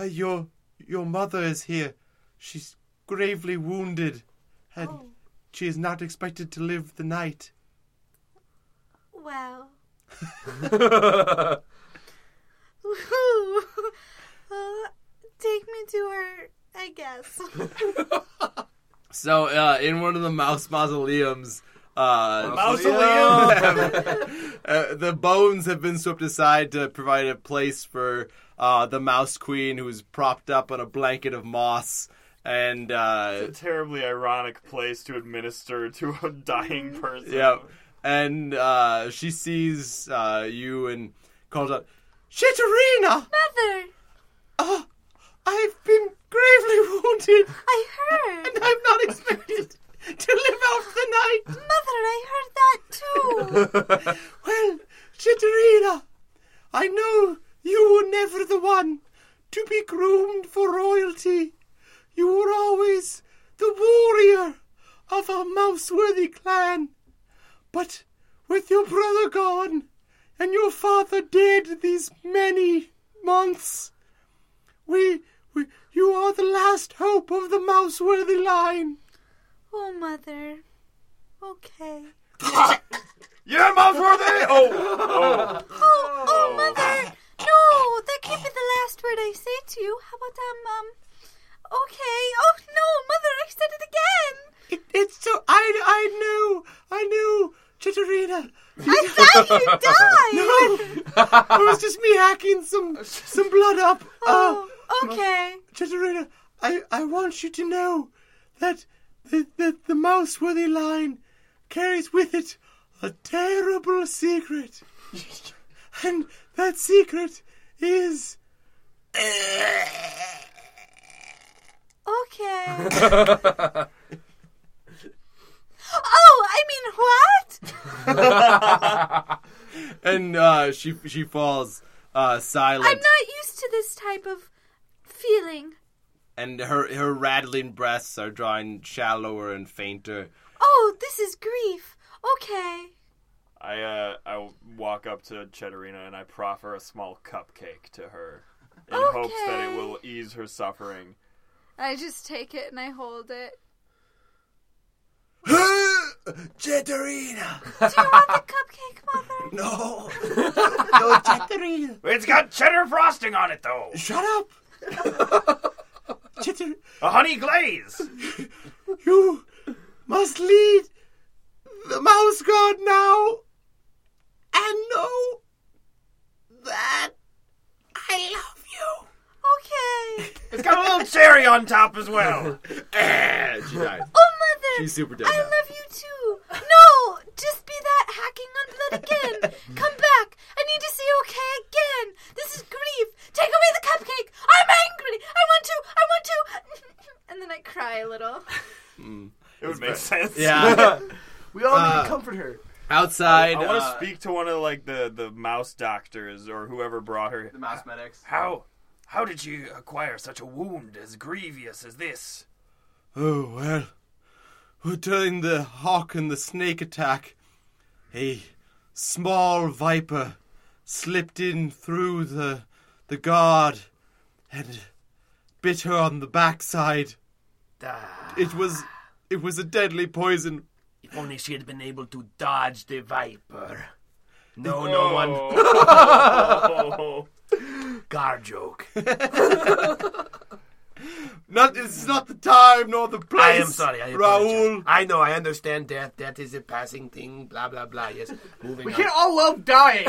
Uh, your, your mother is here. She's gravely wounded. And she is not expected to live the night. Well. That's uh, take me to her, I guess. So, uh, in one of the mouse mausoleums, uh, Mausoleum! uh, the bones have been swept aside to provide a place for uh, the mouse queen, who's propped up on a blanket of moss. And uh, a terribly ironic place to administer to a dying person. yeah, and uh, she sees uh, you and calls out, "Chitterina, Mother, I've been gravely wounded, I heard. and I'm not expected to live out the night." Mother, I heard that too. Well, Chitterina, I know you were never the one to be groomed for royalty. You were always the warrior of our mouse-worthy clan. But with your brother gone and your father dead these many months, we, we you are the last hope of the mouse-worthy line. oh, Mother. Okay. Yeah, Mouseworthy! Oh! Oh, oh, Mother. No, that can't be the last word I say to you. How about, um, um, okay. Oh, no, Mother, I said it again. It, it's so I I knew I knew Chitterina. I thought you died. No, it was just me hacking some some blood up. Uh, Oh, okay. Chitterina, I I want you to know that the the, the mouseworthy line carries with it a terrible secret, and that secret is Okay. oh, I mean, what? and uh, she she falls uh, silent. I'm not used to this type of feeling. and her her rattling breaths are drawing shallower and fainter. Oh, this is grief. Okay. I, uh, I walk up to Cheddarina and I proffer a small cupcake to her in hopes that it Okay. will ease her suffering. I just take it and I hold it. Chitterina, Do you want the cupcake, Mother? no, no, Chitterina, It's got cheddar frosting on it, though! shut up, Chitter, A honey glaze! you must lead the mouse god now, and know that I love you. Okay. It's got a little cherry on top as well! And she dies. Oh, Mother. She's super dead I now. love you too. No, just be that hacking on blood again. Come back. I need to say okay again. This is grief. Take away the cupcake. I'm angry. I want to. I want to. And then I cry a little. It would make sense. Yeah. We all need Uh, to comfort her. Outside, I want to uh, speak to one of like the, the mouse doctors or whoever brought her. The mouse medics. How how did you acquire such a wound as grievous as this? Oh, well, who during the hawk and the snake attack, a small viper slipped in through the the guard and bit her on the backside. It was it was a deadly poison. Ah. If only she had been able to dodge the viper. No, no one. Oh. Gar joke. Not it's not the time nor the place. I am sorry. I apologize. Raoul. I know. I understand death. Death is a passing thing. Blah blah blah. Yes. Moving We on. can't all love dying.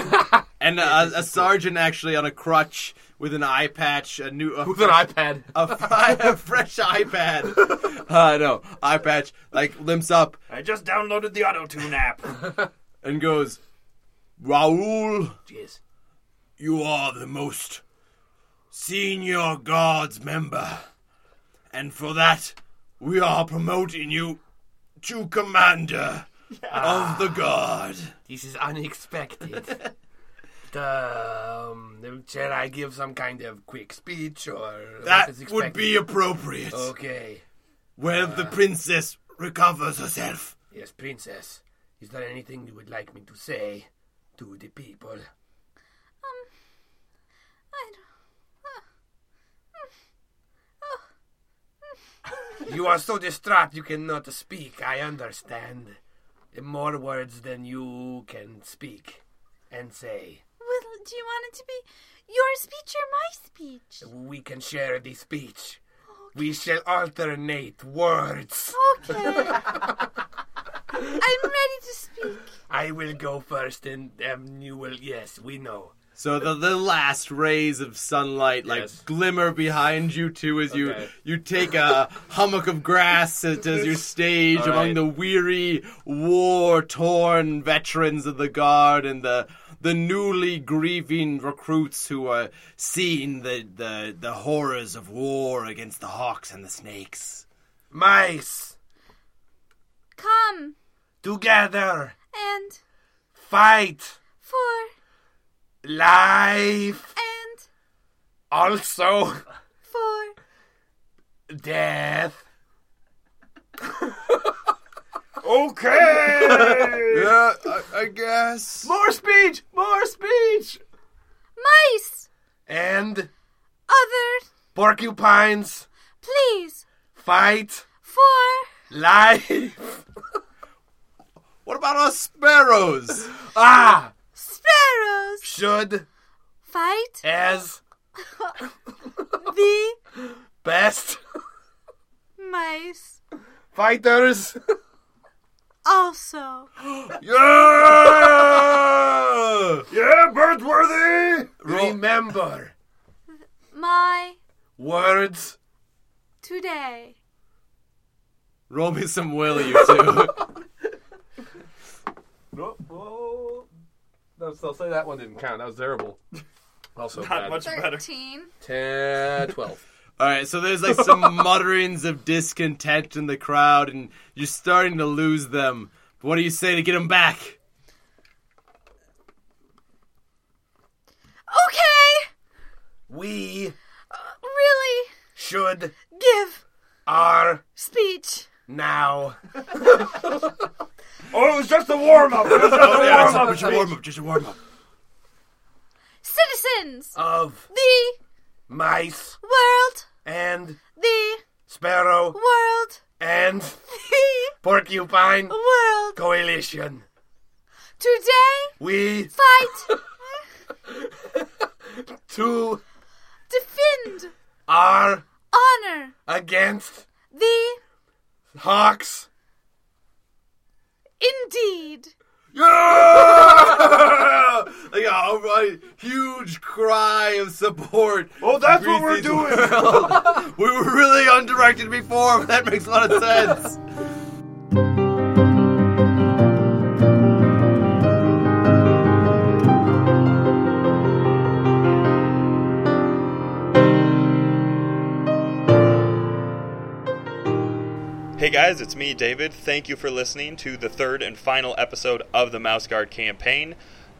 And a, a sergeant actually on a crutch with an eye patch, a new a With an iPad. a, fri- a fresh iPad. Uh, no, eye patch, like limps up I just downloaded the auto tune app. and goes, Raoul, Jeez. you are the most senior guards member. And for that, we are promoting you to commander of the guard. This is unexpected. um, shall I give some kind of quick speech or what That is would be expected? appropriate. okay. Where the princess recovers herself. Yes, princess. Is there anything you would like me to say to the people? I don't. You are so distraught you cannot speak. I understand. More words than you can speak and say. Well, do you want it to be your speech or my speech? We can share the speech. We shall alternate words. Okay. I'm ready to speak. I will go first, and um, you will. Yes, we know. So the, the last rays of sunlight like Yes. glimmer behind you too as you Okay. you take a hummock of grass as, as your stage All among right. the weary war torn veterans of the guard and the the newly grieving recruits who are seeing the, the, the horrors of war against the hawks and the snakes. Mice, Come together, and fight, for life, and also for death. okay. Yeah, I, I guess. more speech. More speech. mice. And Other, porcupines, please. fight, For life. What about our sparrows? Ah, sparrows. should Fight as the best mice. fighters. Also, Yeah! yeah, Birdsworthy. Remember, my words today. Roll me some will, you two. Oh, oh. No, so say that one didn't count. That was terrible. Also Not bad. much better. 13. Ten, twelve. All right, so there's like some mutterings of discontent in the crowd, and you're starting to lose them. But what do you say to get them back? Okay. we Really should give are speech. now. Oh, it was just a warm up. It was just a Yeah, warm up. just a warm up, just a warm up. Citizens, Uh. of the mice world, and the sparrow world, and the porcupine world. coalition. Today, We fight, two defend, are honor against the hawks. indeed. Yeah! Like a, a huge cry of support. Oh, that's what we're greets doing. these world. we were really undirected before, but that makes a lot of sense. Hey guys, it's me, David. Thank you for listening to the third and final episode of the Mouse Guard campaign.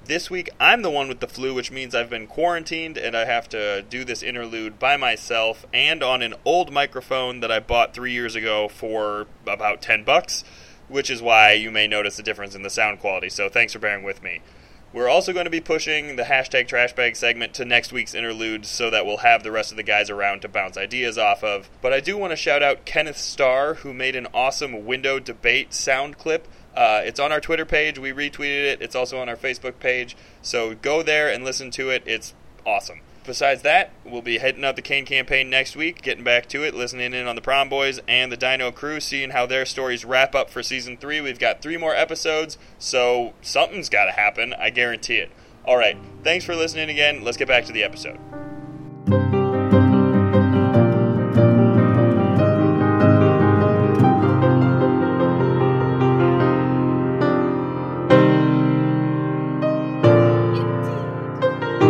This week, I'm the one with the flu, which means I've been quarantined and I have to do this interlude by myself and on an old microphone that I bought three years ago for about 10 bucks, which is why you may notice a difference in the sound quality. So thanks for bearing with me. We're also going to be pushing the hashtag trashbag segment to next week's interlude so that we'll have the rest of the guys around to bounce ideas off of. But I do want to shout out Kenneth Starr, who made an awesome window debate sound clip. Uh, it's on our Twitter page. We retweeted it. It's also on our Facebook page. So go there and listen to it. It's awesome. Besides that, we'll be heading up the Kane campaign next week, getting back to it, listening in on the Prom Boys and the Dino crew, seeing how their stories wrap up for season three. We've got three more episodes, so something's got to happen. I guarantee it. All right, thanks for listening again. Let's get back to the episode. Indeed.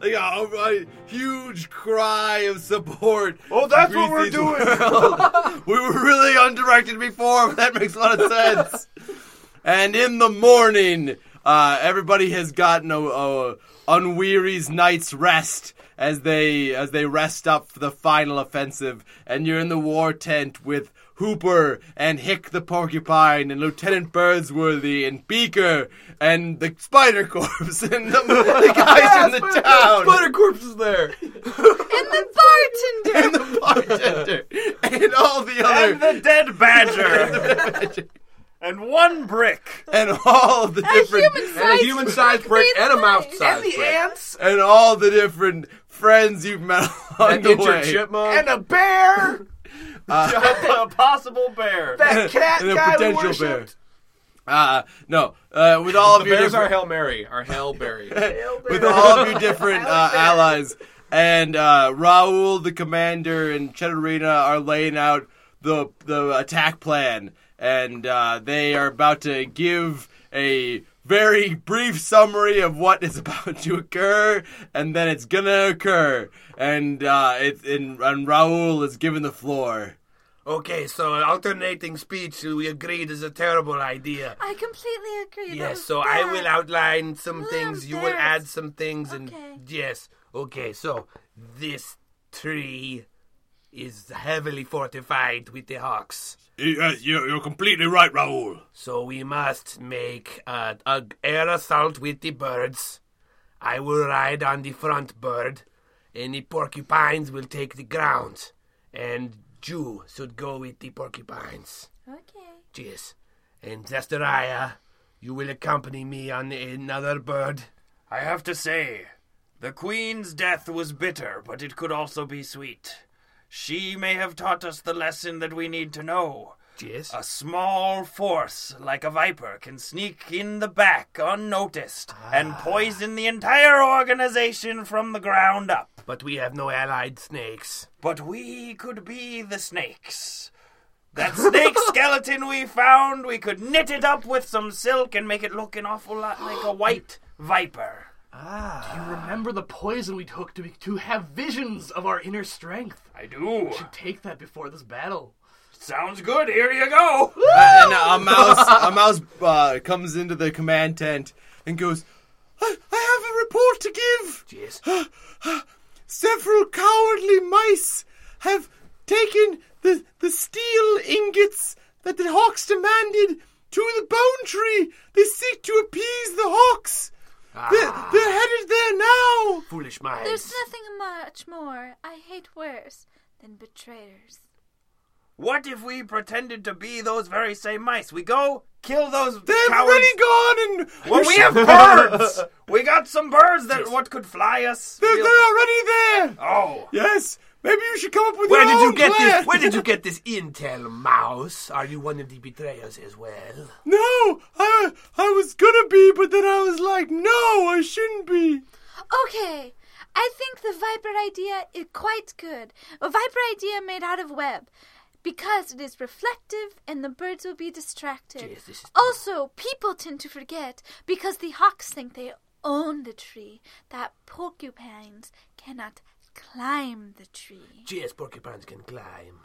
like a, a huge cry of support. Oh, that's what we're Greasy world. we were really undirected before, but that makes a lot of sense. and in the morning, uh, everybody has gotten a, a unweary's night's rest as they as they rest up for the final offensive. And you're in the war tent with. Hooper and Hick the Porcupine and Lieutenant Birdsworthy and Beaker and the Spider Corpse and the, the guys in the town. Spider corpse is there. And the bartender. and the bartender and all the other the dead badger and one brick. and all the A different human And size. a human sized brick and a mouth sized The brick. ants and all the different friends you've met on And the injured way. chipmunk. and a bear. a possible bear. That cat And a guy we potential bear. worshipped. Uh, no, uh, with all the of your bears are different, Hail Mary. Are Hail Berry. with all of your different uh, allies and uh, Raul the commander and Cheddarina are laying out the the attack plan and uh, they are about to give a very brief summary of what is about to occur and then it's gonna occur and uh, it's and, and Raul is given the floor. Okay, so alternating speech we agreed is a terrible idea. I completely agree. that Yes, was so I will bad. outline some Well, things. You will there's- add some things, and Okay. yes, okay. So this tree is heavily fortified with the hawks, you're, you're completely right, Raul. so we must make uh, a air assault with the birds. I will ride on the front bird, and the porcupines will take the ground, and Jew should go with the porcupines. Okay. Cheers. And Zestariah, you will accompany me on another bird. I have to say, the Queen's death was bitter, but it could also be sweet. She may have taught us the lesson that we need to know. Cheers. A small force, like a viper, can sneak in the back unnoticed and poison the entire organization from the ground up. But we have no allied snakes. But we could be the snakes. That snake skeleton we found, we could knit it up with some silk and make it look an awful lot like a white viper. You remember the poison we took to, be, to have visions of our inner strength. I do. Take that before this battle. Sounds good. Here you go. and a mouse, a mouse uh, comes into the command tent and goes, I, I have a report to give. Cheers. Several cowardly mice have taken the, the steel ingots that the hawks demanded to the bone tree. They seek to appease the hawks. They're, Ah. they're headed there now. Foolish minds. There's nothing much more I hate worse than betrayers. What if we pretended to be those very same mice? We go kill those They've cowards. already gone and well, we have birds. we got some birds that what could fly us. They're, We'll- they're already there. oh, Yes, maybe you should come up with Ah. Where your did you own get plan. this? Where did you get this intel, Mouse? Are you one of the betrayers as well? No, I I was gonna be, but then I was like, no, I shouldn't be. Okay, I think the viper idea is quite good. A viper idea made out of web. Because it is reflective and the birds will be distracted. Yes, this is- Also, people tend to forget because the hawks think they own the tree, that porcupines cannot climb the tree. Cheers. Porcupines can climb.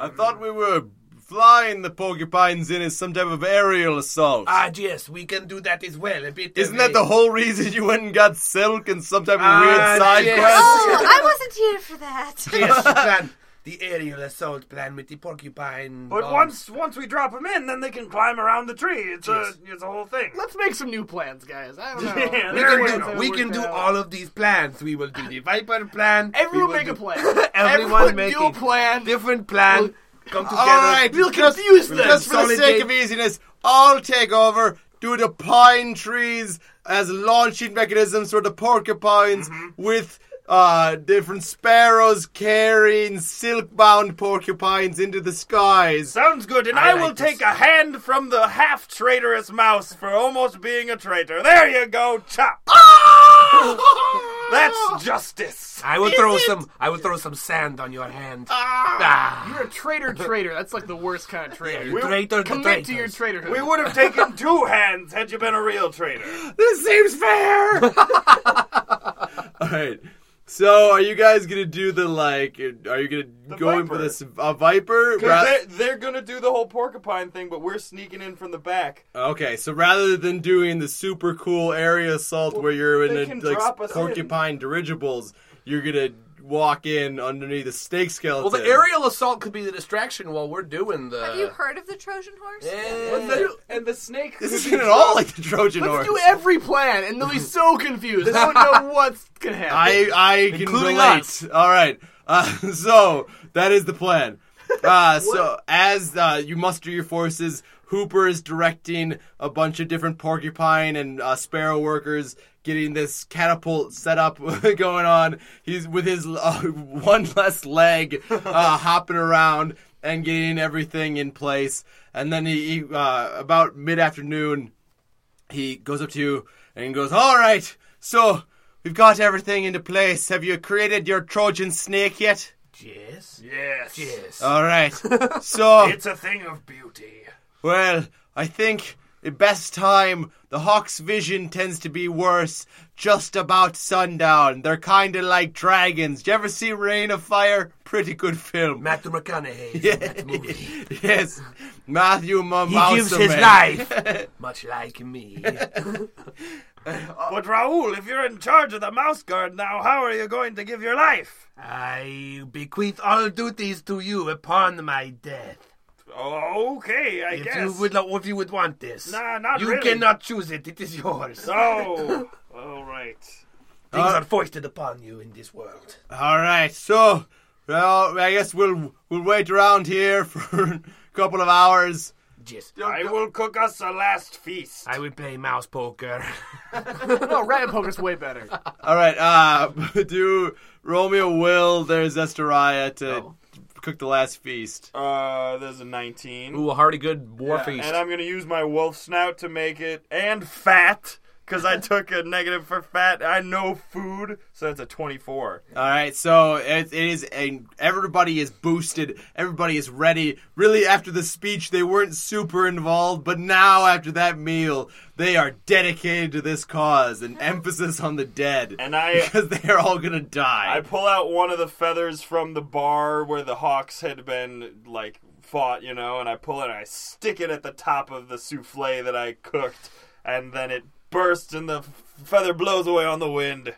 I thought we were flying the porcupines in as some type of aerial assault. Ah, yes, we can do that as well. A bit. Isn't of that a- the whole reason you went and got silk and some type of Ah, weird side yes. quest? Oh, I wasn't here for that. Yes, the plan. The aerial assault plan with the porcupine. But bombs. once once we drop them in, then they can climb around the tree. It's a it's a whole thing. Let's make some new plans, guys. I don't know. Yeah, we Weird there can plans do, haven't we worked can do out. all of these plans. We will do the viper plan. we Everyone will make do- a plan. Everyone make do a it. plan. Different plan. Come together. All right, We'll confuse them. just for the Solid sake date. of easiness, I'll take over. Do the pine trees as launching mechanisms for the porcupines with uh, different sparrows carrying silk-bound porcupines into the skies. Sounds good, and I I, like will this. take a hand from the half traitorous mouse for almost being a traitor. There you go, chop. That's justice. I will throw some. I will throw some sand on your hand. Ah, You're a traitor, traitor. That's like the worst kind of traitor. you traitor, the Commit to your traitors. traitorhood. We would have taken two hands had you been a real traitor. This seems fair. All right. So, are you guys gonna do the like? Are you gonna go in for viper. this a viper? Because Ra- they're, they're gonna do the whole porcupine thing, but we're sneaking in from the back. okay, so rather than doing the super cool area assault where you're they in can a, like drop us porcupine dirigibles, you're gonna walk in underneath a snake skeleton. Well, the aerial assault could be the distraction while we're doing the. Have you heard of the Trojan horse? And the, and the snake. This could isn't be at all dropped- like the Trojan horse. Let's do every plan, and they'll be so confused. They don't know what's gonna happen. I I can Including relate. us. All right. Uh, so that is the plan. Uh, so as uh, you muster your forces, Hooper is directing a bunch of different porcupine and uh, sparrow workers getting this catapult setup going on. He's with his uh, one less leg uh, hopping around and getting everything in place. And then he, he uh, about mid afternoon, he goes up to you and he goes, All right, so we've got everything into place. Have you created your Trojan snake yet? Yes. Yes. Yes. All right. So, It's a thing of beauty. well, I think the best time, the hawk's vision tends to be worse just about sundown. They're kind of like dragons. Did you ever see Rain of Fire? Pretty good film. Matthew McConaughey. Yeah. That movie. yes, Matthew He Mouseman. gives his life, much like me. But Raoul, if you're in charge of the mouse guard now, how are you going to give your life? I bequeath all duties to you upon my death. Okay, I If guess. you would, if you would want this, Nah, not you really. cannot choose it. It is yours. Things Oh, all right. are foisted upon you in this world. All right, so well, I guess we'll we'll wait around here for a couple of hours. Yes, I will cook us a last feast. I will play mouse poker. no, rabbit poker's way better. All right, uh, do Romeo will there's Esteria to Oh. cook the last feast. Uh, there's a 19. Ooh, a hearty good war Yeah, feast. And I'm gonna use my wolf snout to make it, and fat, because I took a negative for fat. I know food, so that's a 24. All right, so it, it is a, everybody is boosted, everybody is ready. Really, after the speech, they weren't super involved, but now after that meal, they are dedicated to this cause. An emphasis on the dead, And I, because they are all gonna die. I pull out one of the feathers from the bar where the hawks had been like fought, you know, and I pull it and I stick it at the top of the souffle that I cooked, and then it bursts and the feather blows away on the wind.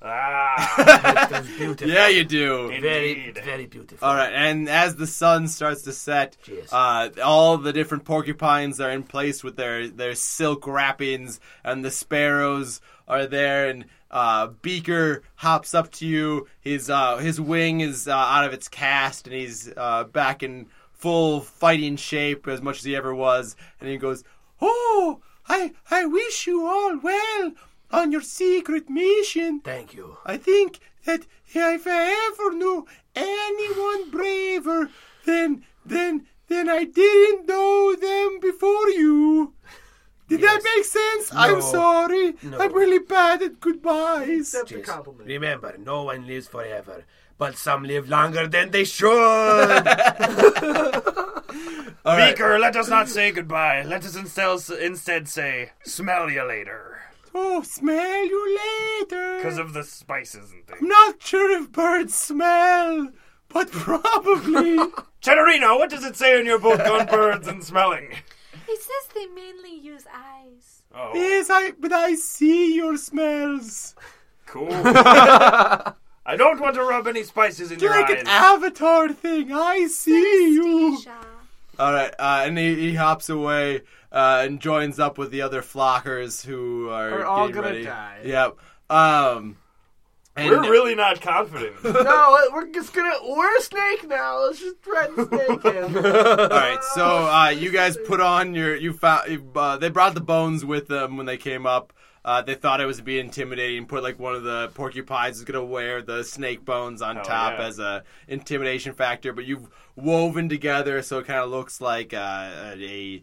Ah, That's beautiful. yeah, you do. very, Indeed. very beautiful. All right, and as the sun starts to set, Cheers. uh, all the different porcupines are in place with their, their silk wrappings, and the sparrows are there. And uh, Beaker hops up to you. His uh, his wing is uh, out of its cast, and he's uh, back in full fighting shape as much as he ever was. And he goes, "Oh, I I wish you all well on your secret mission." Thank you. I think that if I ever knew anyone braver than than than I didn't know them before you. Did that make sense? I'm No. sorry. No. I'm really bad at goodbyes. Yes. Remember, no one lives forever, but some live longer than they should. Beaker, let us not say goodbye. Let us instead, instead say, smell you later. Oh, smell you later. Because of the spices and things. I'm not sure if birds smell, But probably. Cheddarino, what does it say in your book on birds and smelling? It says they mainly use eyes. Oh, yes, I, but I see your smells. cool. I don't want to rub any spices in your Like eyes. an avatar thing. I see you. Deja. All right, uh, and he, he hops away uh, and joins up with the other flockers who are, Are all getting gonna ready. die. Yep. Um, and We're really not confident. No, we're just gonna. We're a snake now. Let's just threaten snake him. all right, so uh, you guys put on your you found you, uh, they brought the bones with them when they came up. Uh, they thought it was be intimidating. Put like one of the porcupines is gonna wear the snake bones on top yeah. as a intimidation factor, but you've woven together so it kind of looks like uh, a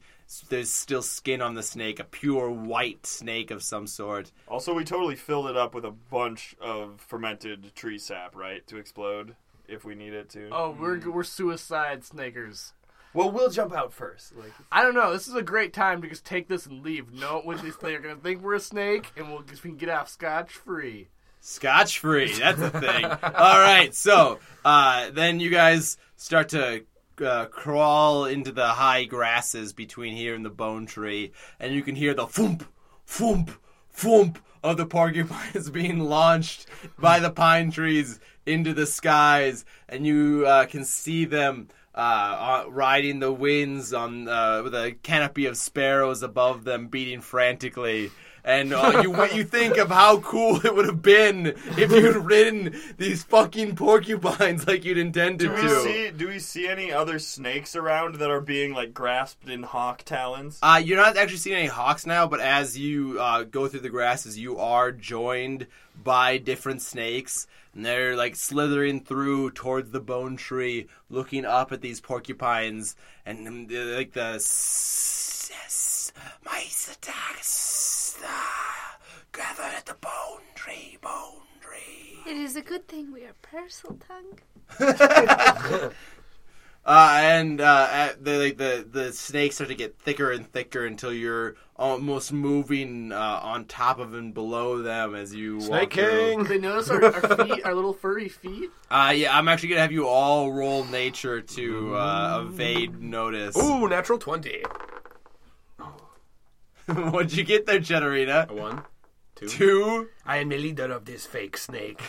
there's still skin on the snake, a pure white snake of some sort. also, we totally filled it up with a bunch of fermented tree sap, right, to explode if we need it to. oh, we're we're suicide snakers. Well, we'll jump out first. Like, I don't know. This is a great time to just take this and leave. No, when they they're gonna think we're a snake, and we'll just we can get off scotch free. Scotch free. That's a thing. All right. So uh, then you guys start to uh, crawl into the high grasses between here and the bone tree, and you can hear the thump, thump, thump of the porcupines being launched by the pine trees into the skies, and you uh, can see them. Uh, uh, riding the winds on uh, with a canopy of sparrows above them, beating frantically and uh, you what you think of how cool it would have been if you'd ridden these fucking porcupines like you'd intended do we to. see? Do we see any other snakes around that are being like grasped in hawk talons? Uh, you're not actually seeing any hawks now, but as you uh, go through the grasses, you are joined by different snakes. And they're like slithering through towards the bone tree, looking up at these porcupines, and um, they're like the s- s- my attacks ah, gather at the bone tree, bone tree. It is a good thing we are parcel tongue. Uh, and uh, at the, like, the the snakes start to get thicker and thicker until you're almost moving uh, on top of and below them as you walk through. They notice our, our feet, our little furry feet. Uh, yeah, I'm actually gonna have you all roll nature to uh, evade notice. Ooh, natural 20. What'd you get there, Jennerina? One. Two. I am the leader of this fake snake,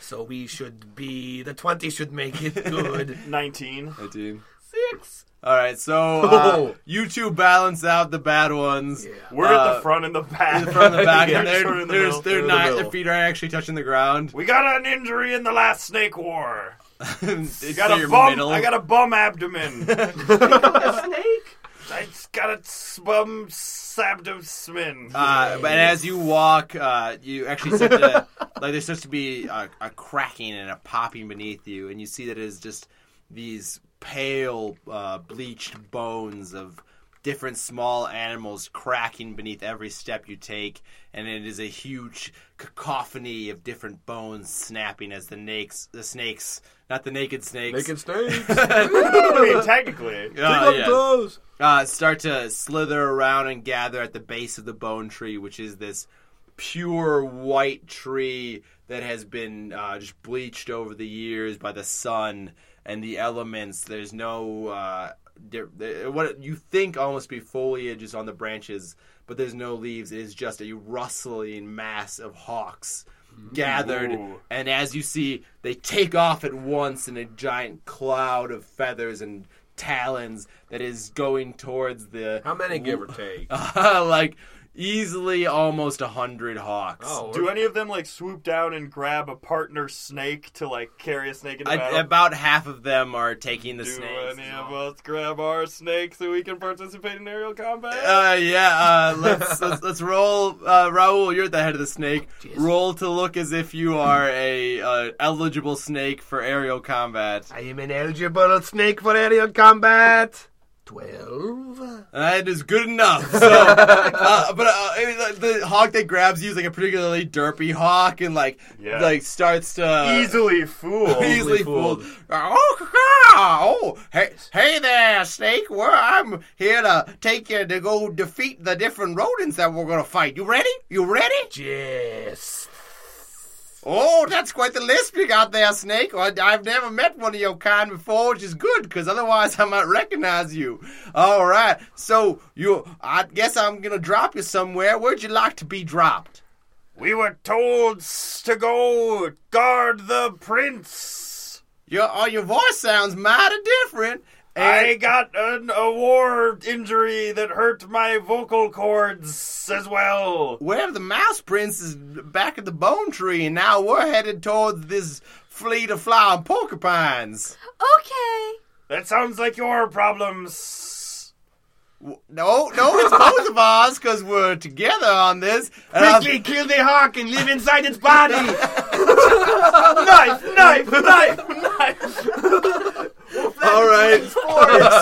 so we should be the twenty should make it good. Nineteen. Nineteen. Six. All right, so uh, Oh. you two balance out the bad ones. We're Uh, at the front and the back. In the front and the back, Yeah, and they're, sort of in the they're, middle. they're in the not, middle. their feet aren't actually touching the ground. We got an injury in the last snake war. it's Got a your bum. middle. I got a bum abdomen. A snake. I just got a s- bum sabdom smin. Uh, but as you walk, uh, you actually start to, like there starts to be a, a cracking and a popping beneath you, and you see that it is just these pale, uh, bleached bones of different small animals cracking beneath every step you take, and it is a huge cacophony of different bones snapping as the snakes, the snakes, not the naked snakes, Naked snakes. I mean, technically. Uh, yeah Close. uh, start to slither around and gather at the base of the bone tree, which is this pure white tree that has been uh, just bleached over the years by the sun and the elements. There's no uh, there, there- what you think almost be foliage is on the branches, but there's no leaves. It is just a rustling mass of hawks gathered Ooh. and as you see they take off at once in a giant cloud of feathers and talons that is going towards the Uh, How many give or take? like easily almost a hundred hawks Oh, Do any of them like swoop down and grab a partner snake to like carry a snake in the I- battle? about half of them are taking the Do snakes any of us grab our snake so we can participate in aerial combat? uh, yeah, uh, let's, let's let's roll. Uh, Raul, you're at the head of the snake. Roll to look as if you are a uh, eligible snake for aerial combat. I am an eligible snake for aerial combat. Twelve. That is good enough. So, uh, but uh, it- the, the hawk that grabs you is like a particularly derpy hawk, and like Yeah. like starts to Easily fooled. easily fooled. Uh, Oh, oh, hey, hey there, snake. Well, I'm here to take you to go defeat the different rodents that we're gonna fight. You ready? You ready? Yes. Oh, that's quite the list you got there, Snake. I, I've never met one of your kind before, which is good, because otherwise I might recognize you. All right, so you, I guess I'm gonna drop you somewhere. Where'd you like to be dropped? We were told s- to go guard the prince. Your, oh, your voice sounds mighty different. I got an, a war injury that hurt my vocal cords as well. Well, the mouse prince is back at the bone tree, and now we're headed towards this fleet of flying porcupines. Okay. That sounds like your problems. W- No, no, it's both of ours because we're together on this. Um, And I- Quickly kill the hawk and live inside its body. knife, knife, knife, knife. all right, if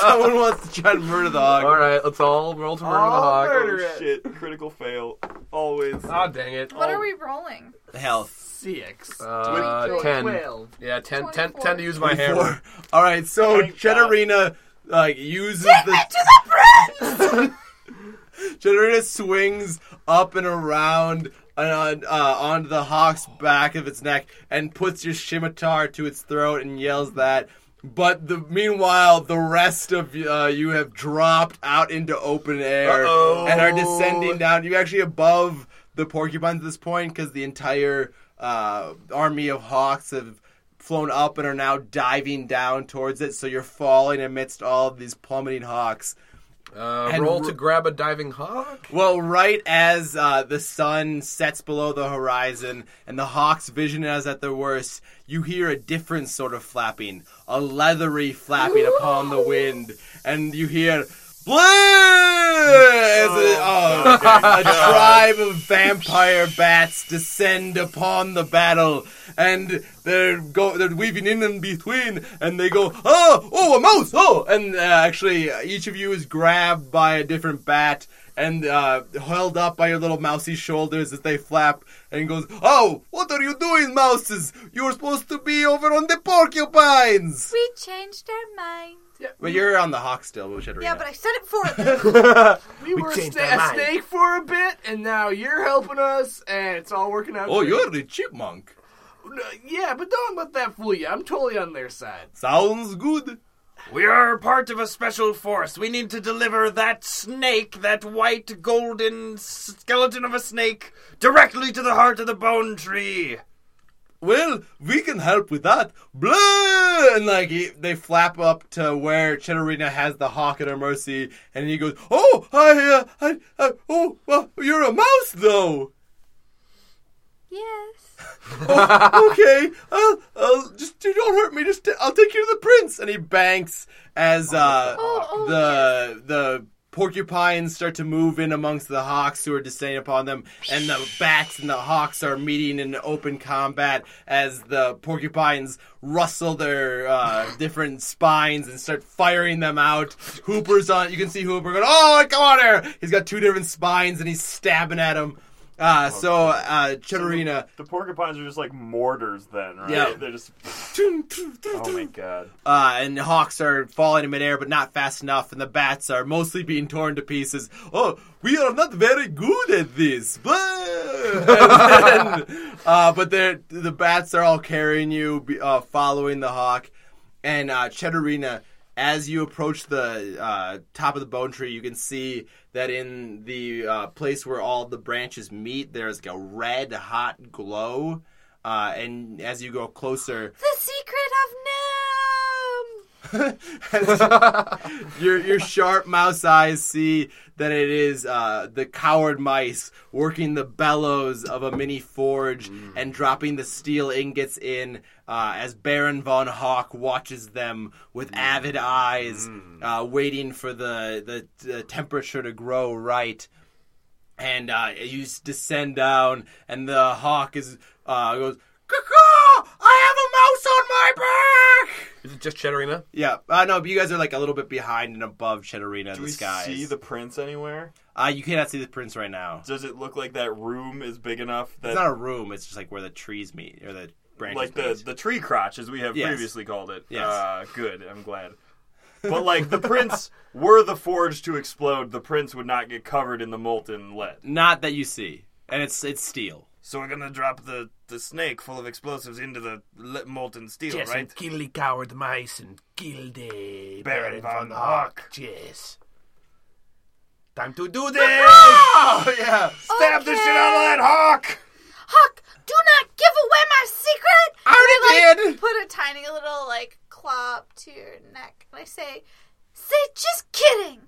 someone wants to try to murder the hog. All right, let's all roll to murder the hawk. murder Oh, shit. Critical fail. Always. Ah, dang it. What are we rolling? Health. Six. Uh, 10. Twelve. Yeah, 10, 10, 24. 10 to use my Four. hammer. All right, so Chetarina like uses the To the friends! Chetarina swings up and around and on uh, onto the hawk's back of its neck and puts your scimitar to its throat and yells that. But the meanwhile, the rest of uh, you have dropped out into open air Uh-oh. and are descending down. You're actually above the porcupines at this point because the entire uh, army of hawks have flown up and are now diving down towards it. So you're falling amidst all of these plummeting hawks. Uh, And roll ro- to grab a diving hawk. Well, right as uh, the sun sets below the horizon and the hawk's vision is at their worst, you hear a different sort of flapping, a leathery flapping upon the wind, and you hear. Blue! As a, oh, a tribe of vampire bats descend upon the battle, and they're go they're weaving in and between, and they go oh oh a mouse oh, and uh, actually uh, each of you is grabbed by a different bat, and uh, held up by your little mousy shoulders as they flap and goes, Oh, what are you doing, mouses? You're supposed to be over on the porcupines! We changed our minds. But you're on the hawk still, which Yeah, but I said it for them. We, were changed sta- our a mind. snake for a bit, and now you're helping us, and it's all working out. Oh, great. you're the chipmunk. N- Yeah, but don't let that fool you. I'm totally on their side. Sounds good. We are part of a special force. We need to deliver that snake, that white golden skeleton of a snake, directly to the heart of the bone tree. Well, we can help with that. Blah! And like he, they flap up to where Chitterina has the hawk at her mercy, and he goes, "Oh, I, uh, I, I oh, well, you're a mouse though." yes. okay, I'll, I'll just do not hurt me. Just t- I'll take you to the prince. And he banks as uh, Oh, oh, the the porcupines start to move in amongst the hawks who are descending upon them, and the bats and the hawks are meeting in open combat as the porcupines rustle their uh, different spines and start firing them out. Hooper's on. You can see Hooper going, "Oh, come on here!" He's got two different spines and he's stabbing at him. Uh, Oh, so uh, Chitterina. The porcupines are just like mortars then, right? Yeah. They're just. Oh Oh my god. uh, and the hawks are falling in midair, but not fast enough, and the bats are mostly being torn to pieces. Oh, we are not very good at this. Blah! And then, uh, but they're- the bats are all carrying you, be- uh, following the hawk. And uh, Cheddarina, as you approach the uh, top of the bone tree, you can see that in the uh, place where all the branches meet, there's like a red hot glow. Uh, and as you go closer, The secret of Nim! your your sharp mouse eyes see that it is uh, the coward mice working the bellows of a mini forge and dropping the steel ingots in uh, as Baron von Hawk watches them with avid eyes, uh, waiting for the, the the temperature to grow right and uh, you s- descend down, and the hawk is uh, goes. Caw-caw! I have a mouse on my back. Is it just Cheddarina? Yeah, uh, no, but you guys are like a little bit behind and above Cheddarina Do in we the skies. see the prince anywhere? Uh, you cannot see the prince right now. Does it look like that room is big enough that It's not a room. It's just like where the trees meet or the branches. like the meet. the tree crotch as we have Yes. previously called it. Yes. Uh, good, I'm glad. But like the prince were the forge to explode, the prince would not get covered in the molten lead. not that you see, and it's it's steel. So we're gonna drop the, the snake full of explosives into the le- molten steel, Yes, right? and kill the coward mice and kill the Baron Baron von von Hock. Hock. Yes. Time to do this! Oh yeah. Stab the shit out of that hawk! Huck, do not give away my secret. I already did. Put a tiny little like claw up to your neck, and I say, "Say, just kidding.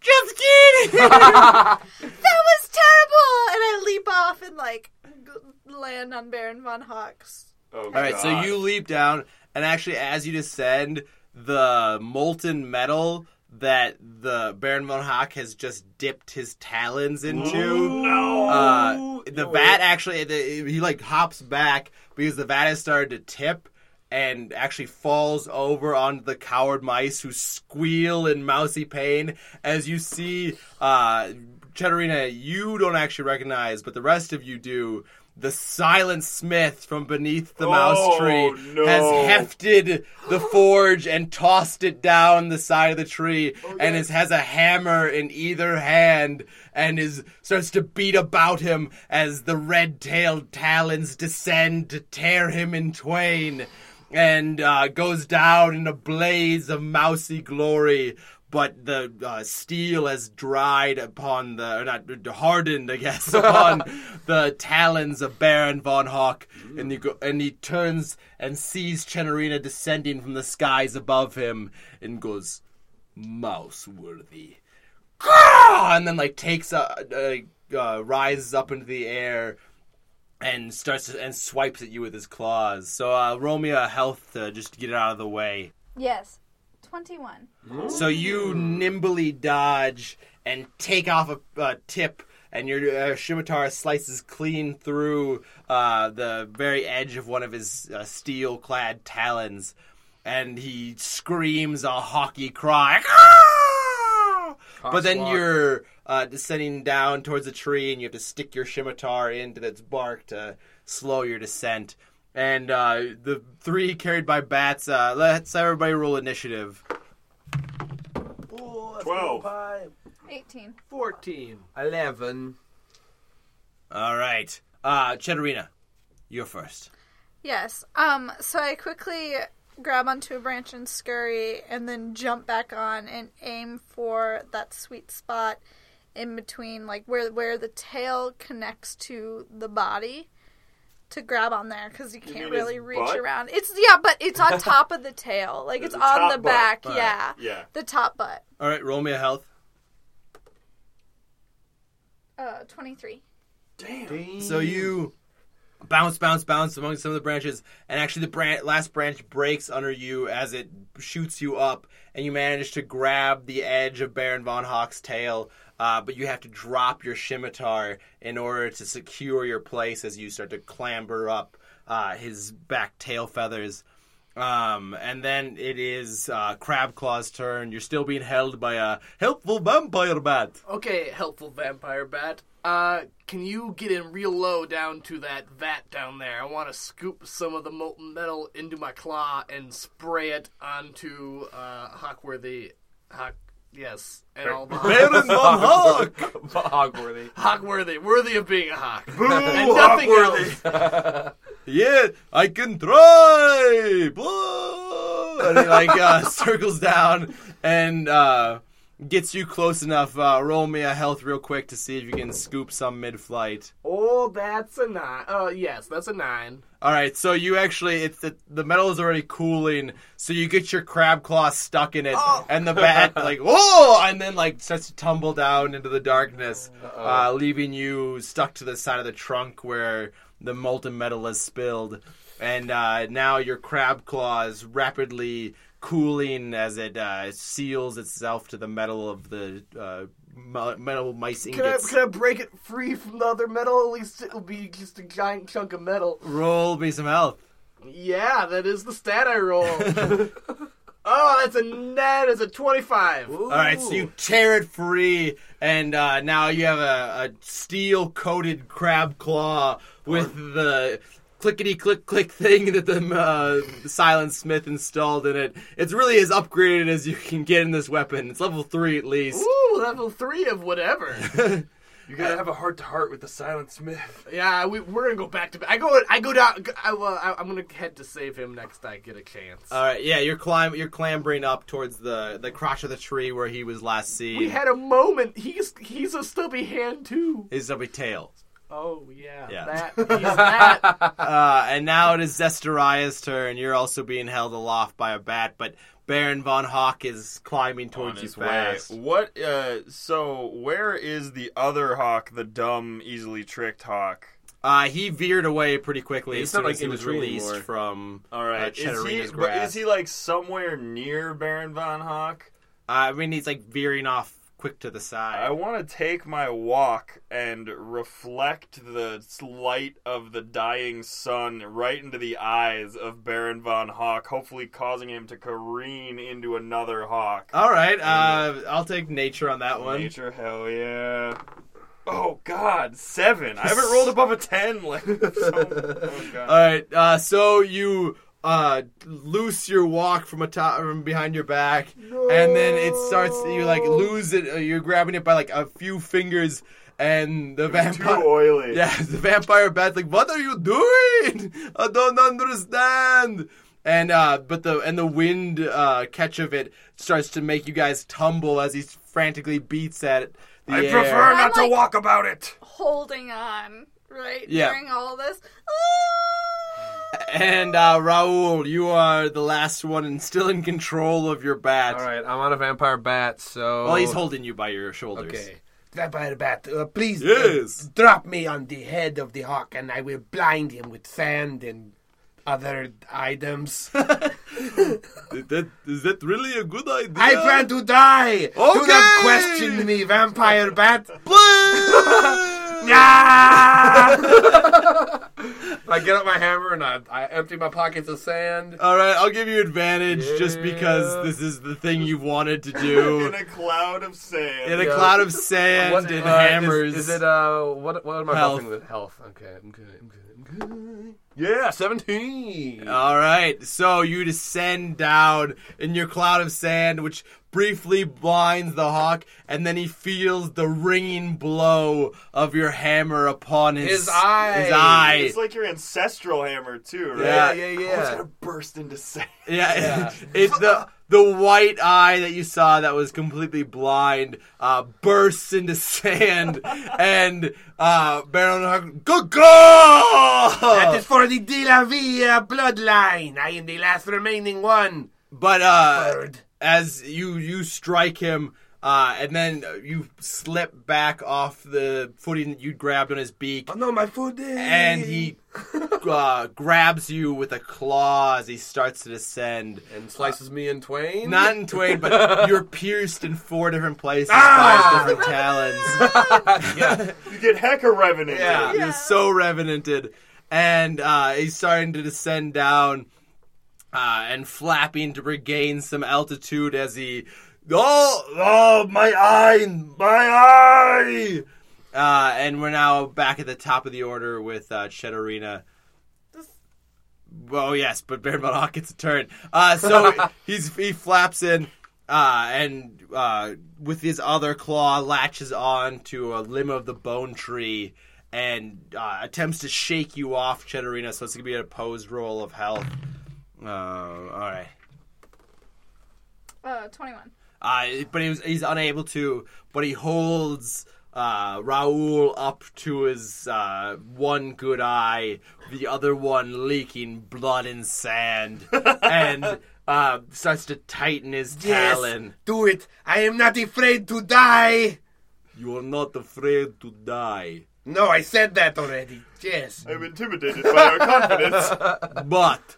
Just kidding. That was terrible." And I leap off and like g- land on Baron von Hawk's. Oh, All right, so you leap down, and actually, as you descend, the molten metal that the Baron von Hawk has just dipped his talons into. Uh, the vat actually, the, he like hops back because the vat has started to tip and actually falls over onto the coward mice who squeal in mousy pain as you see uh Cheddarina, you don't actually recognize, but the rest of you do. The silent smith from beneath the mouse tree has hefted the forge and tossed it down the side of the tree, and is, has a hammer in either hand, and is starts to beat about him as the red-tailed talons descend to tear him in twain and uh, goes down in a blaze of mousy glory. But the uh, steel has dried upon the, or not hardened, I guess, upon the talons of Baron von Hawk, and he go, and he turns and sees Chenorina descending from the skies above him, and goes, "Mouse worthy." "Grah!" and then like takes a, uh uh, rises up into the air and starts to, and swipes at you with his claws. So uh, roll me a health to just to get it out of the way. Yes, twenty-one. So you nimbly dodge and take off a, a tip, and your uh, scimitar slices clean through uh, the very edge of one of his uh, steel-clad talons, and he screams a hockey cry. "Ah!" But then you're uh, descending down towards a tree, and you have to stick your scimitar into its bark to slow your descent. And uh, the three carried by bats. Uh, let's everybody roll initiative. 12. Eighteen. 14. 11. All right. Uh, Cheddarina, you're first. Yes. Um. So I quickly grab onto a branch and scurry, and then jump back on and aim for that sweet spot in between, like where where the tail connects to the body, to grab on there because you can't mean his really reach butt? around. It's yeah, but it's on top of the tail, like it's The on top the butt. back. All right. Yeah. Yeah. The top butt. All right, roll me a health. Uh, twenty three. So you bounce, bounce, bounce among some of the branches, and actually the bran- last branch breaks under you as it shoots you up, and you manage to grab the edge of Baron von Hawk's tail. Uh, but you have to drop your scimitar in order to secure your place as you start to clamber up uh, his back tail feathers. Um, and then it is uh, Crabclaw's turn. You're still being held by a helpful vampire bat. Okay, helpful vampire bat. Uh, can you get in real low down to that vat down there? I want to scoop some of the molten metal into my claw and spray it onto uh, Hawkworthy. Hawk, yes, and all the Baron von Hawk! Hogworthy. Hawkworthy, worthy of being a hawk, and nothing else. yeah, I can try. Blah! And he like uh, circles down and uh, gets you close enough. Uh, roll me a health real quick to see if you can scoop some mid-flight. Oh, that's a nine. Oh, yes, that's a nine. All right, so you actually it's the, the metal is already cooling, so you get your crab claw stuck in it, Oh. and the bat like oh, and then like starts to tumble down into the darkness, uh, leaving you stuck to the side of the trunk where the molten metal has spilled, and uh, now your crab claw is rapidly cooling as it uh, seals itself to the metal of the uh, mo- metal mice Can I, ingots. can I break it free from the other metal? At least it'll be just a giant chunk of metal. Roll me some health. Yeah, that is the stat I roll. oh, that's a that is a twenty-five. All right, so you tear it free, and uh, now you have a, a steel-coated crab claw with the clickety-click-click thing that the uh, Silent Smith installed in it. It's really as upgraded as you can get in this weapon. It's level three at least. Ooh, level three of whatever. You gotta have a heart to heart with the Silent Smith. Yeah, we, we're gonna go back to back. I go. I go down. I, well, I, I'm gonna head to save him next. I get a chance. All right, yeah, you're climb, you're clambering up towards the the crotch of the tree where he was last seen. we had a moment. He's he's a stubby hand too. his stubby tail, Oh yeah, Yeah. that he's that. uh, and now it is Zestariah's turn. You're also being held aloft by a bat, but Baron von Hawk is climbing towards on you his way. fast. What? Uh, so where is the other hawk? The dumb, easily tricked hawk. Uh, he veered away pretty quickly He's as soon not, like, as he in the was tree released anymore. from. All right, Uh, is he? Chatterina's But grass. is he like somewhere near Baron von Hawk? I mean, he's like veering off quick to the I side. want to take my walk and reflect the light of the dying sun right into the eyes of Baron von Hawk, hopefully causing him to careen into another hawk. All right, uh, I'll take nature on that one. Nature, hell yeah. Oh god, seven. I haven't rolled above a ten. Like, so, oh, God. All right, uh, so you uh, loose your walk from atop from behind your back, and then it starts. You like lose it. uh, You're grabbing it by like a few fingers, and the vampire. Too oily. Yeah, the vampire bat's like, "What are you doing? I don't understand." And uh, but the and the wind uh, catch of it starts to make you guys tumble as he frantically beats at the I air. prefer not I'm to like- walk about it. Holding on, right? Yeah. During all this. Ah! And uh, Raul, you are the last one and still in control of your bat. All right, I'm on a vampire bat, so. Well, he's holding you by your shoulders. Okay. Vampire bat, uh, please uh, Yes. drop me on the head of the hawk, and I will blind him with sand and other items. Is that, is that really a good idea? I plan to die. Do Okay. not question me, vampire bat. Blade! I get up my hammer and I, I empty my pockets of Uh, sand. All right, I'll give you advantage just because this is the thing you've wanted to do. In a cloud of sand. In a cloud of sand What- and uh, is- hammers. Is, it, uh, what, what am I Health. helping with? Health. Okay, I'm good, I'm good, I'm good. Yeah, 17. Uh, All right, so you descend down in your cloud of sand, which briefly blinds the hawk, and then he feels the ringing blow of your hammer upon his, His eye. His eye. It's like your ancestral hammer too, right? Yeah, yeah, Oh, yeah. it's gonna burst into sand. Yeah, it's the the white eye that you saw that was completely blind uh, bursts into sand, and uh, Baron Huck, good That is girl. for the De La Villa bloodline. I am the last remaining one. But uh, Bird. as you you strike him, uh, and then you slip back off the footing that you grabbed on his beak, Oh no, my food is. and he uh, grabs you with a claw as he starts to descend. And slices me in twain. Not in Twain, but you're pierced in four different places, Ah! five different talons. You get hecka revenue. Yeah, you're so revenanted. And uh, he's starting to descend down uh, and flapping to regain some altitude as he. Oh, oh, my eye, my eye! Uh, and we're now back at the top of the order with uh, Cheddarina. Oh yes, but Baron von Hawk gets a turn. Uh, so he's he flaps in, uh, and uh, with his other claw latches on to a limb of the bone tree and uh, attempts to shake you off, Cheddarina. So it's gonna be an opposed roll of health. Uh, all right. Uh, 21. Uh, but he was, he's unable to. But he holds uh, Raul up to his uh, one good eye, the other one leaking blood and sand, and uh, starts to tighten his Yes, talon. do it. I am not afraid to die. You are not afraid to die, No, I said that already. Yes. I'm intimidated by our confidence. but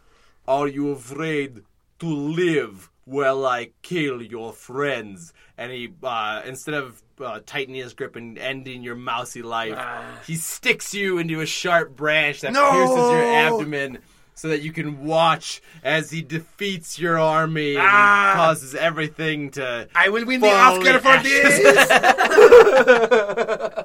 are you afraid to live? While I kill your friends, and he uh, instead of uh, tightening his grip and ending your mousy life, He sticks you into a sharp branch that Ah. No! pierces your abdomen so that you can watch as he defeats your army and Ah! causes everything to. I will win the Fall Oscar in for ashes. this.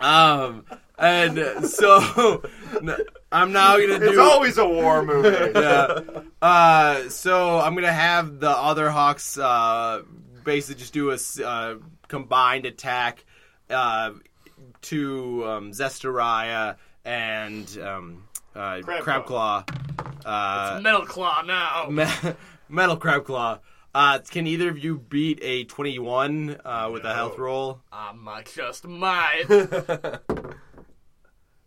Um, and uh, so n- I'm now going to do. it's always a war movie. Yeah. Uh, so I'm going to have the other Hawks uh, basically just do a s- uh, combined attack uh, to um, Zestariah and um, uh, Crab Claw. Uh, Metal Claw now. Me- Metal Crab Claw. Uh, can either of you beat a 21 uh, with a health roll? I'm uh, just might.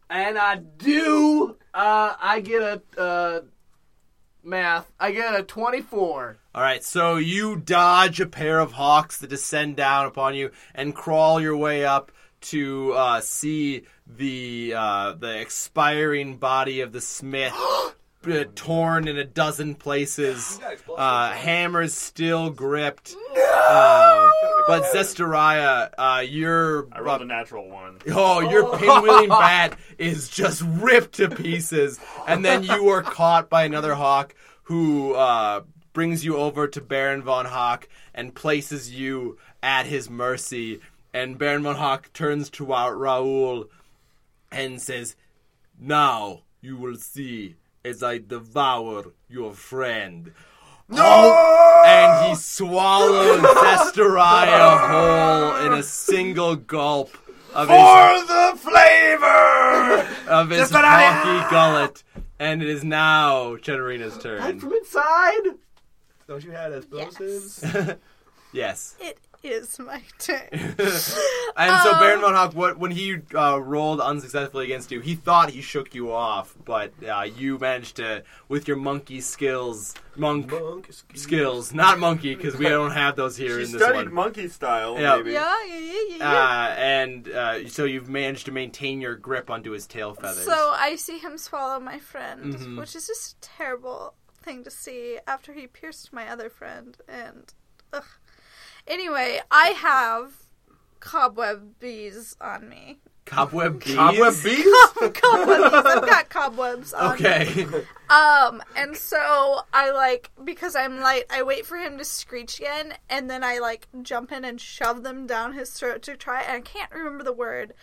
and I do. Uh, I get a uh, math. I get a 24. All right, so you dodge a pair of hawks that descend down upon you and crawl your way up to uh, see the uh, the expiring body of the smith. uh, Torn in a dozen places, uh, hammers still gripped. Uh, but Zestariah, uh, your I rolled uh, a natural one. Oh, your pinwheeling bat is just ripped to pieces, and then you are caught by another hawk who uh, brings you over to Baron von Hawk and places you at his mercy. And Baron von Hawk turns to Ra- Raoul and says, "Now you will see as I devour your friend." No! and he swallows Zestariah whole in a single gulp of his the flavor! of his rocky gullet, and it is now Cheddarina's Hide turn. from inside. Don't you have explosives? yes, It is my turn. and so Um, Baron von Hawk, what, when he uh, rolled unsuccessfully against you, he thought he shook you off, but uh, you managed to, with your monkey skills, monk Monk. skills, not monkey because we don't have those here She in this studied one. monkey style, Yeah. maybe. yeah, yeah, yeah, yeah. yeah. uh, and uh, so you've managed to maintain your grip onto his tail feathers. So I see him swallow my friend, Mm-hmm. which is just a terrible thing to see after he pierced my other friend. And ugh. anyway, I have cobweb bees on me. cobweb bees. Cobweb bees? cobweb bees. I've got cobwebs on me. Okay. Um, and so I like because I'm light, I wait for him to screech again, and then I like jump in and shove them down his throat to try. And I can't remember the word,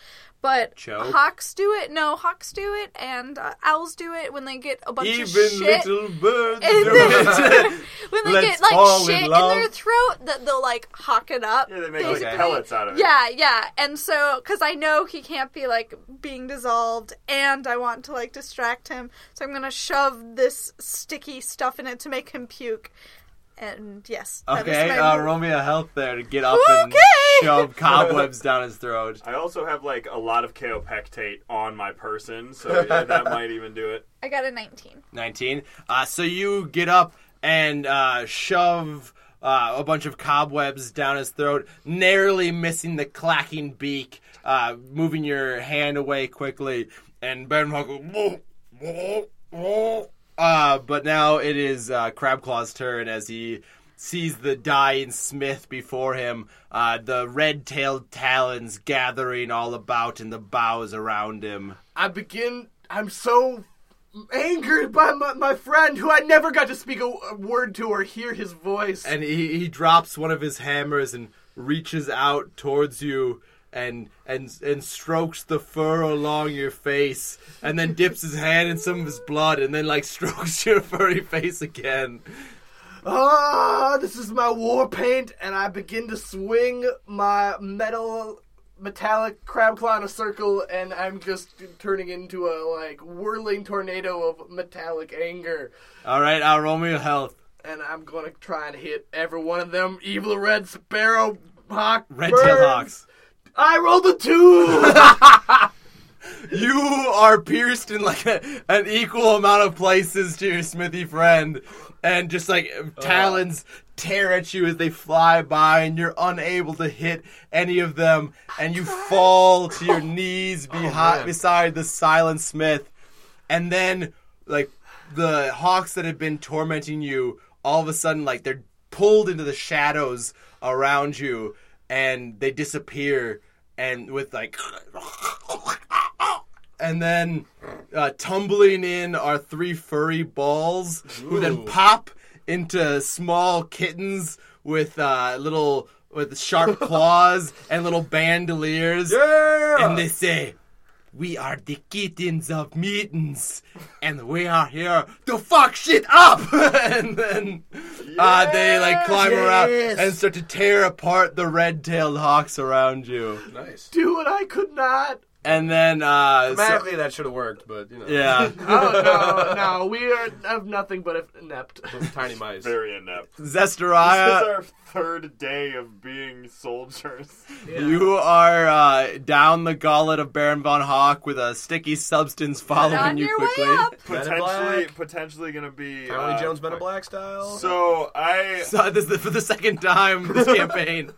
but Choke? hawks do it. No, hawks do it, and uh, owls do it when they get a bunch Even of shit. little birds. And do it. then, when they Let's get like fall in shit in, love. their throat, that they'll like hawk it up. Yeah, they make Okay. like pellets out of it. Yeah, yeah. And so, because I know he can't be like being dissolved, and I want to like distract him, so I'm gonna shove this sticky stuff in it to make him puke. And yes, that was Okay, my uh, move. roll me a health there to get up and Okay. shove cobwebs down his throat. I also have like a lot of kaopectate on my person, so yeah, that might even do it. I got a 19. 19. Uh, so you get up and uh, shove uh, a bunch of cobwebs down his throat, narrowly missing the clacking beak, uh, moving your hand away quickly. And Ben Hawk goes, "Whoa, whoa, whoa." uh, but now it is uh, Crabclaw's turn as he sees the dying smith before him, uh, the red-tailed talons gathering all about in the boughs around him. I begin. I'm so angered by my, my friend who I never got to speak a, a word to or hear his voice. and he, he drops one of his hammers and reaches out towards you and and and strokes the fur along your face and then dips his hand in some of his blood and then like strokes your furry face again Ah, this is my war paint, and I begin to swing my metal, metallic crab claw in a circle, and I'm just turning into a like whirling tornado of metallic anger. all right i'll roll me a health And I'm gonna try and hit every one of them evil red sparrow hawk red birds. tail hawks I rolled a two. you are pierced in like a, an equal amount of places to your smithy friend and just like talons tear at you as they fly by and you're unable to hit any of them and you fall to your knees behind beside the silent smith and then like the hawks that have been tormenting you all of a sudden like they're pulled into the shadows around you and they disappear and with like and then uh, tumbling in are three furry balls who then pop into small kittens with uh, little with sharp claws and little bandoliers Yeah! and they say We are the kittens of mittens, and we are here to fuck shit up. and then uh, they like climb around and start to tear apart the red-tailed hawks around you. Nice. Do what I could not. And then uh, so- Mathematically, that should have worked, but you know, yeah. Oh no, no, we are of nothing but inept. those tiny mice. Very inept. This Zestariah. is our third day of being soldiers. You are uh, down the gullet of Baron von Hawk with a sticky substance following On you your quickly. way up. Men in Potentially, Black. potentially gonna be Tony uh, Jones, Men in Black style. So I So this is for the second time this campaign.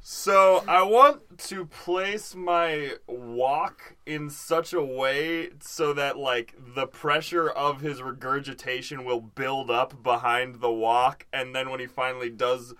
So I want to place my walk in such a way so that like the pressure of his regurgitation will build up behind the walk and then when he finally does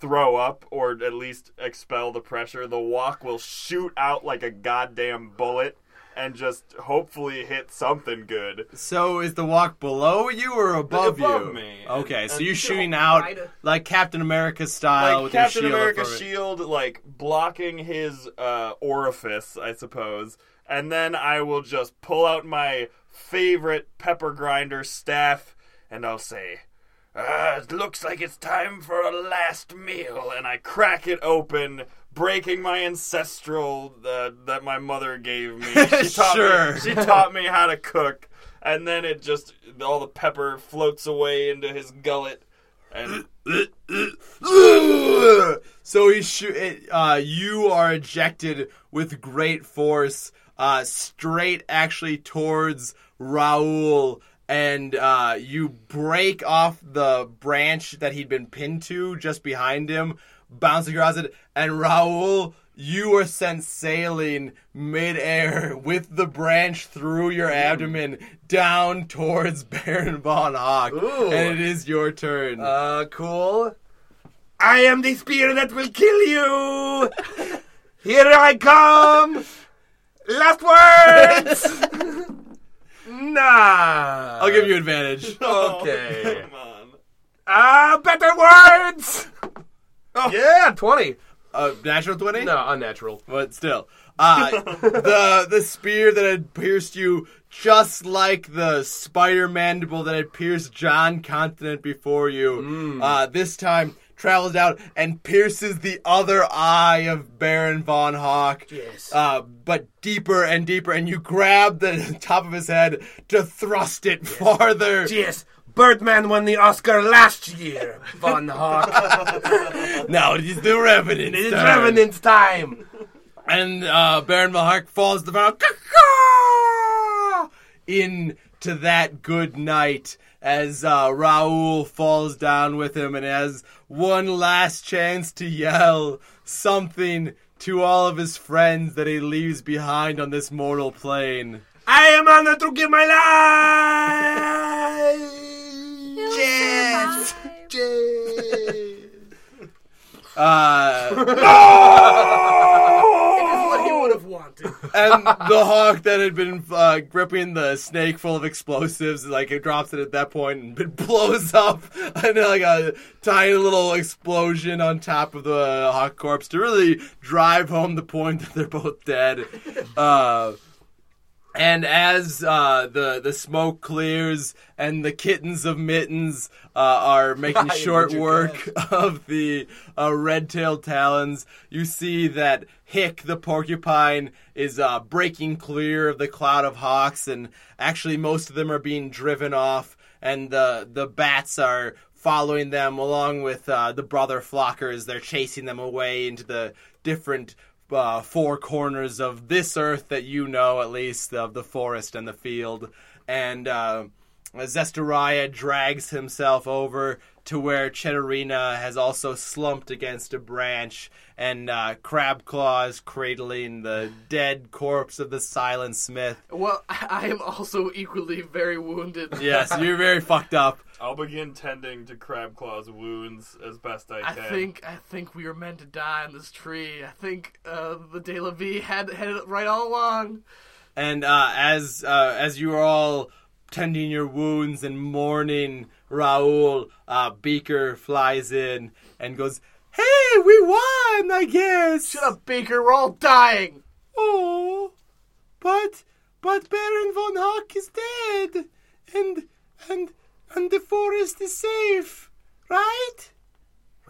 throw up or at least expel the pressure the walk will shoot out like a goddamn bullet and just hopefully hit something good. So is the walk below you or above, Above you? me. Okay, so And- you're shooting out like Captain America style like with Captain your shield. America up for it. shield, like blocking his uh, orifice, I suppose. And then I will just pull out my favorite pepper grinder staff, and I'll say, ah, "It looks like it's time for a last meal." And I crack it open. Breaking my ancestral uh, that my mother gave me. She taught Sure. me, she taught me how to cook, and then it just all the pepper floats away into his gullet, and so he shoot. it- Uh, you are ejected with great force, uh, straight actually towards Raul, and uh, you break off the branch that he'd been pinned to just behind him, bouncing across it, and Raul. You are sent sailing midair with the branch through your abdomen down towards Baron von Hawk, and it is your turn. uh, cool. I am the spear that will kill you. Here I come. Last words. nah. I'll give you advantage. Okay. Uh, come on. Ah, better words. yeah, Oh. twenty. Uh, natural twenty? No, unnatural. but still, uh, the the spear that had pierced you, just like the spider mandible that had pierced John Continent before you, uh, this time travels out and pierces the other eye of Baron von Hawk. Yes. Uh, but deeper and deeper, and you grab the top of his head to thrust it farther. Yes, Birdman won the Oscar last year. Von Hawk. Now it is the Revenant. It is Revenant's time. And uh, Baron Valhark falls to the ground Caw-caw! into that good night as uh, Raoul falls down with him and has one last chance to yell something to all of his friends that he leaves behind on this mortal plane. I am honored to give my life. You'll Yes. survive. Uh, Oh! Oh. What he would have wanted. and the hawk that had been uh, gripping the snake full of explosives, like it drops it at that point and it blows up, and then, like a tiny little explosion on top of the hawk corpse to really drive home the point that they're both dead. Uh, and as uh, the the smoke clears and the kittens of mittens uh, are making short work of the uh, red-tailed talons, you see that Hick the porcupine is uh, breaking clear of the cloud of hawks, and actually most of them are being driven off, and the the bats are following them along with uh, the brother flockers. They're chasing them away into the different uh, four corners of this earth that you know, at least of the forest and the field. And uh, Zestariah drags himself over to where Cheddarina has also slumped against a branch, and uh, Crabclaw is cradling the dead corpse of the Silent Smith. Well, I I am also equally very wounded. Yes, you're very fucked up. I'll begin tending to Crabclaw's wounds as best I I can. think I think we were meant to die on this tree. I think uh, the De La Vie had had it right all along. And uh, as uh, as you are all tending your wounds and mourning Raul, uh, Beaker flies in and goes, "Hey, we won, I guess." Shut up, Baker. We're all dying. Oh, but But, but Baron von Hawk is dead, and and and the forest is safe, right?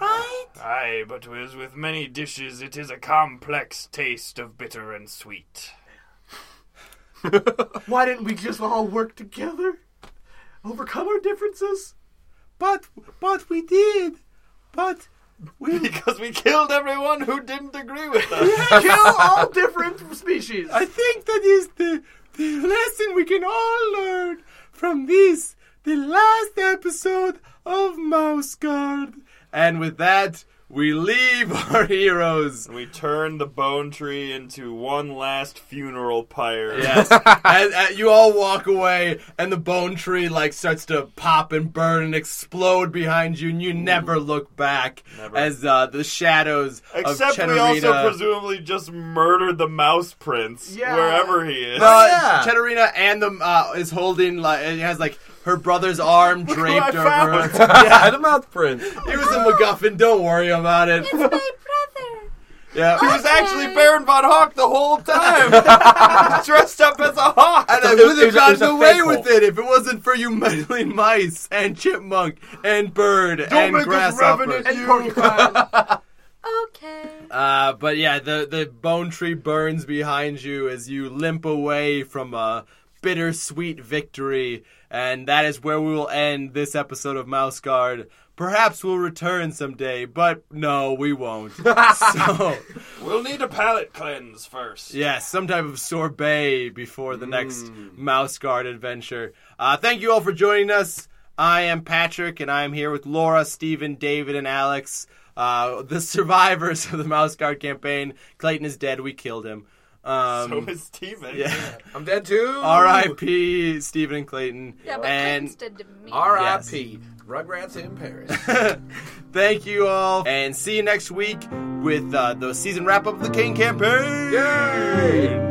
Right? Aye, but as with many dishes, it is a complex taste of bitter and sweet. Why didn't we just all work together? Overcome our differences? But but we did. But we Because we killed everyone who didn't agree with us. Kill all different species! I think that is the the lesson we can all learn from this, the last episode of Mouse Guard. And with that, we leave our heroes. We turned the bone tree into one last funeral pyre. Yes. and, uh, you all walk away, and the bone tree like starts to pop and burn and explode behind you, and you never look back as uh, the shadows Except of Chenorita. we also presumably just murdered the mouse prince Yeah. wherever he is. No, Yeah. Chenorina and the uh, is holding like it has like her brother's arm draped I found. over. her. yeah, the mouth print. It was a MacGuffin. Don't worry about it. It's my brother. Yeah. He was actually Baron von Hawk the whole time, dressed up as a hawk. And I It was- would have it was a- it was gotten a away fake with hole. it if it wasn't for you meddling mice and chipmunk and bird and make us grasshopper. revenant, and porcupine. Okay. Uh, but yeah, the, the bone tree burns behind you as you limp away from a bittersweet victory, and that is where we will end this episode of Mouse Guard. Perhaps we'll return someday, but no, we won't. so, We'll need a palate cleanse first. yeah, some type of sorbet before the next Mouse Guard adventure. Uh, thank you all for joining us. I am Patrick, and I am here with Laura, Steven, David, and Alex, uh, the survivors of the Mouse Guard campaign. Clayton is dead. We killed him. Um, So is Steven. yeah. I'm dead too. R.I.P. Steven and Clayton. Yeah, but and Clayton's dead to me. R.I.P. Rugrats in Paris. thank you all, and see you next week with uh, the season wrap up of the King campaign. Yay!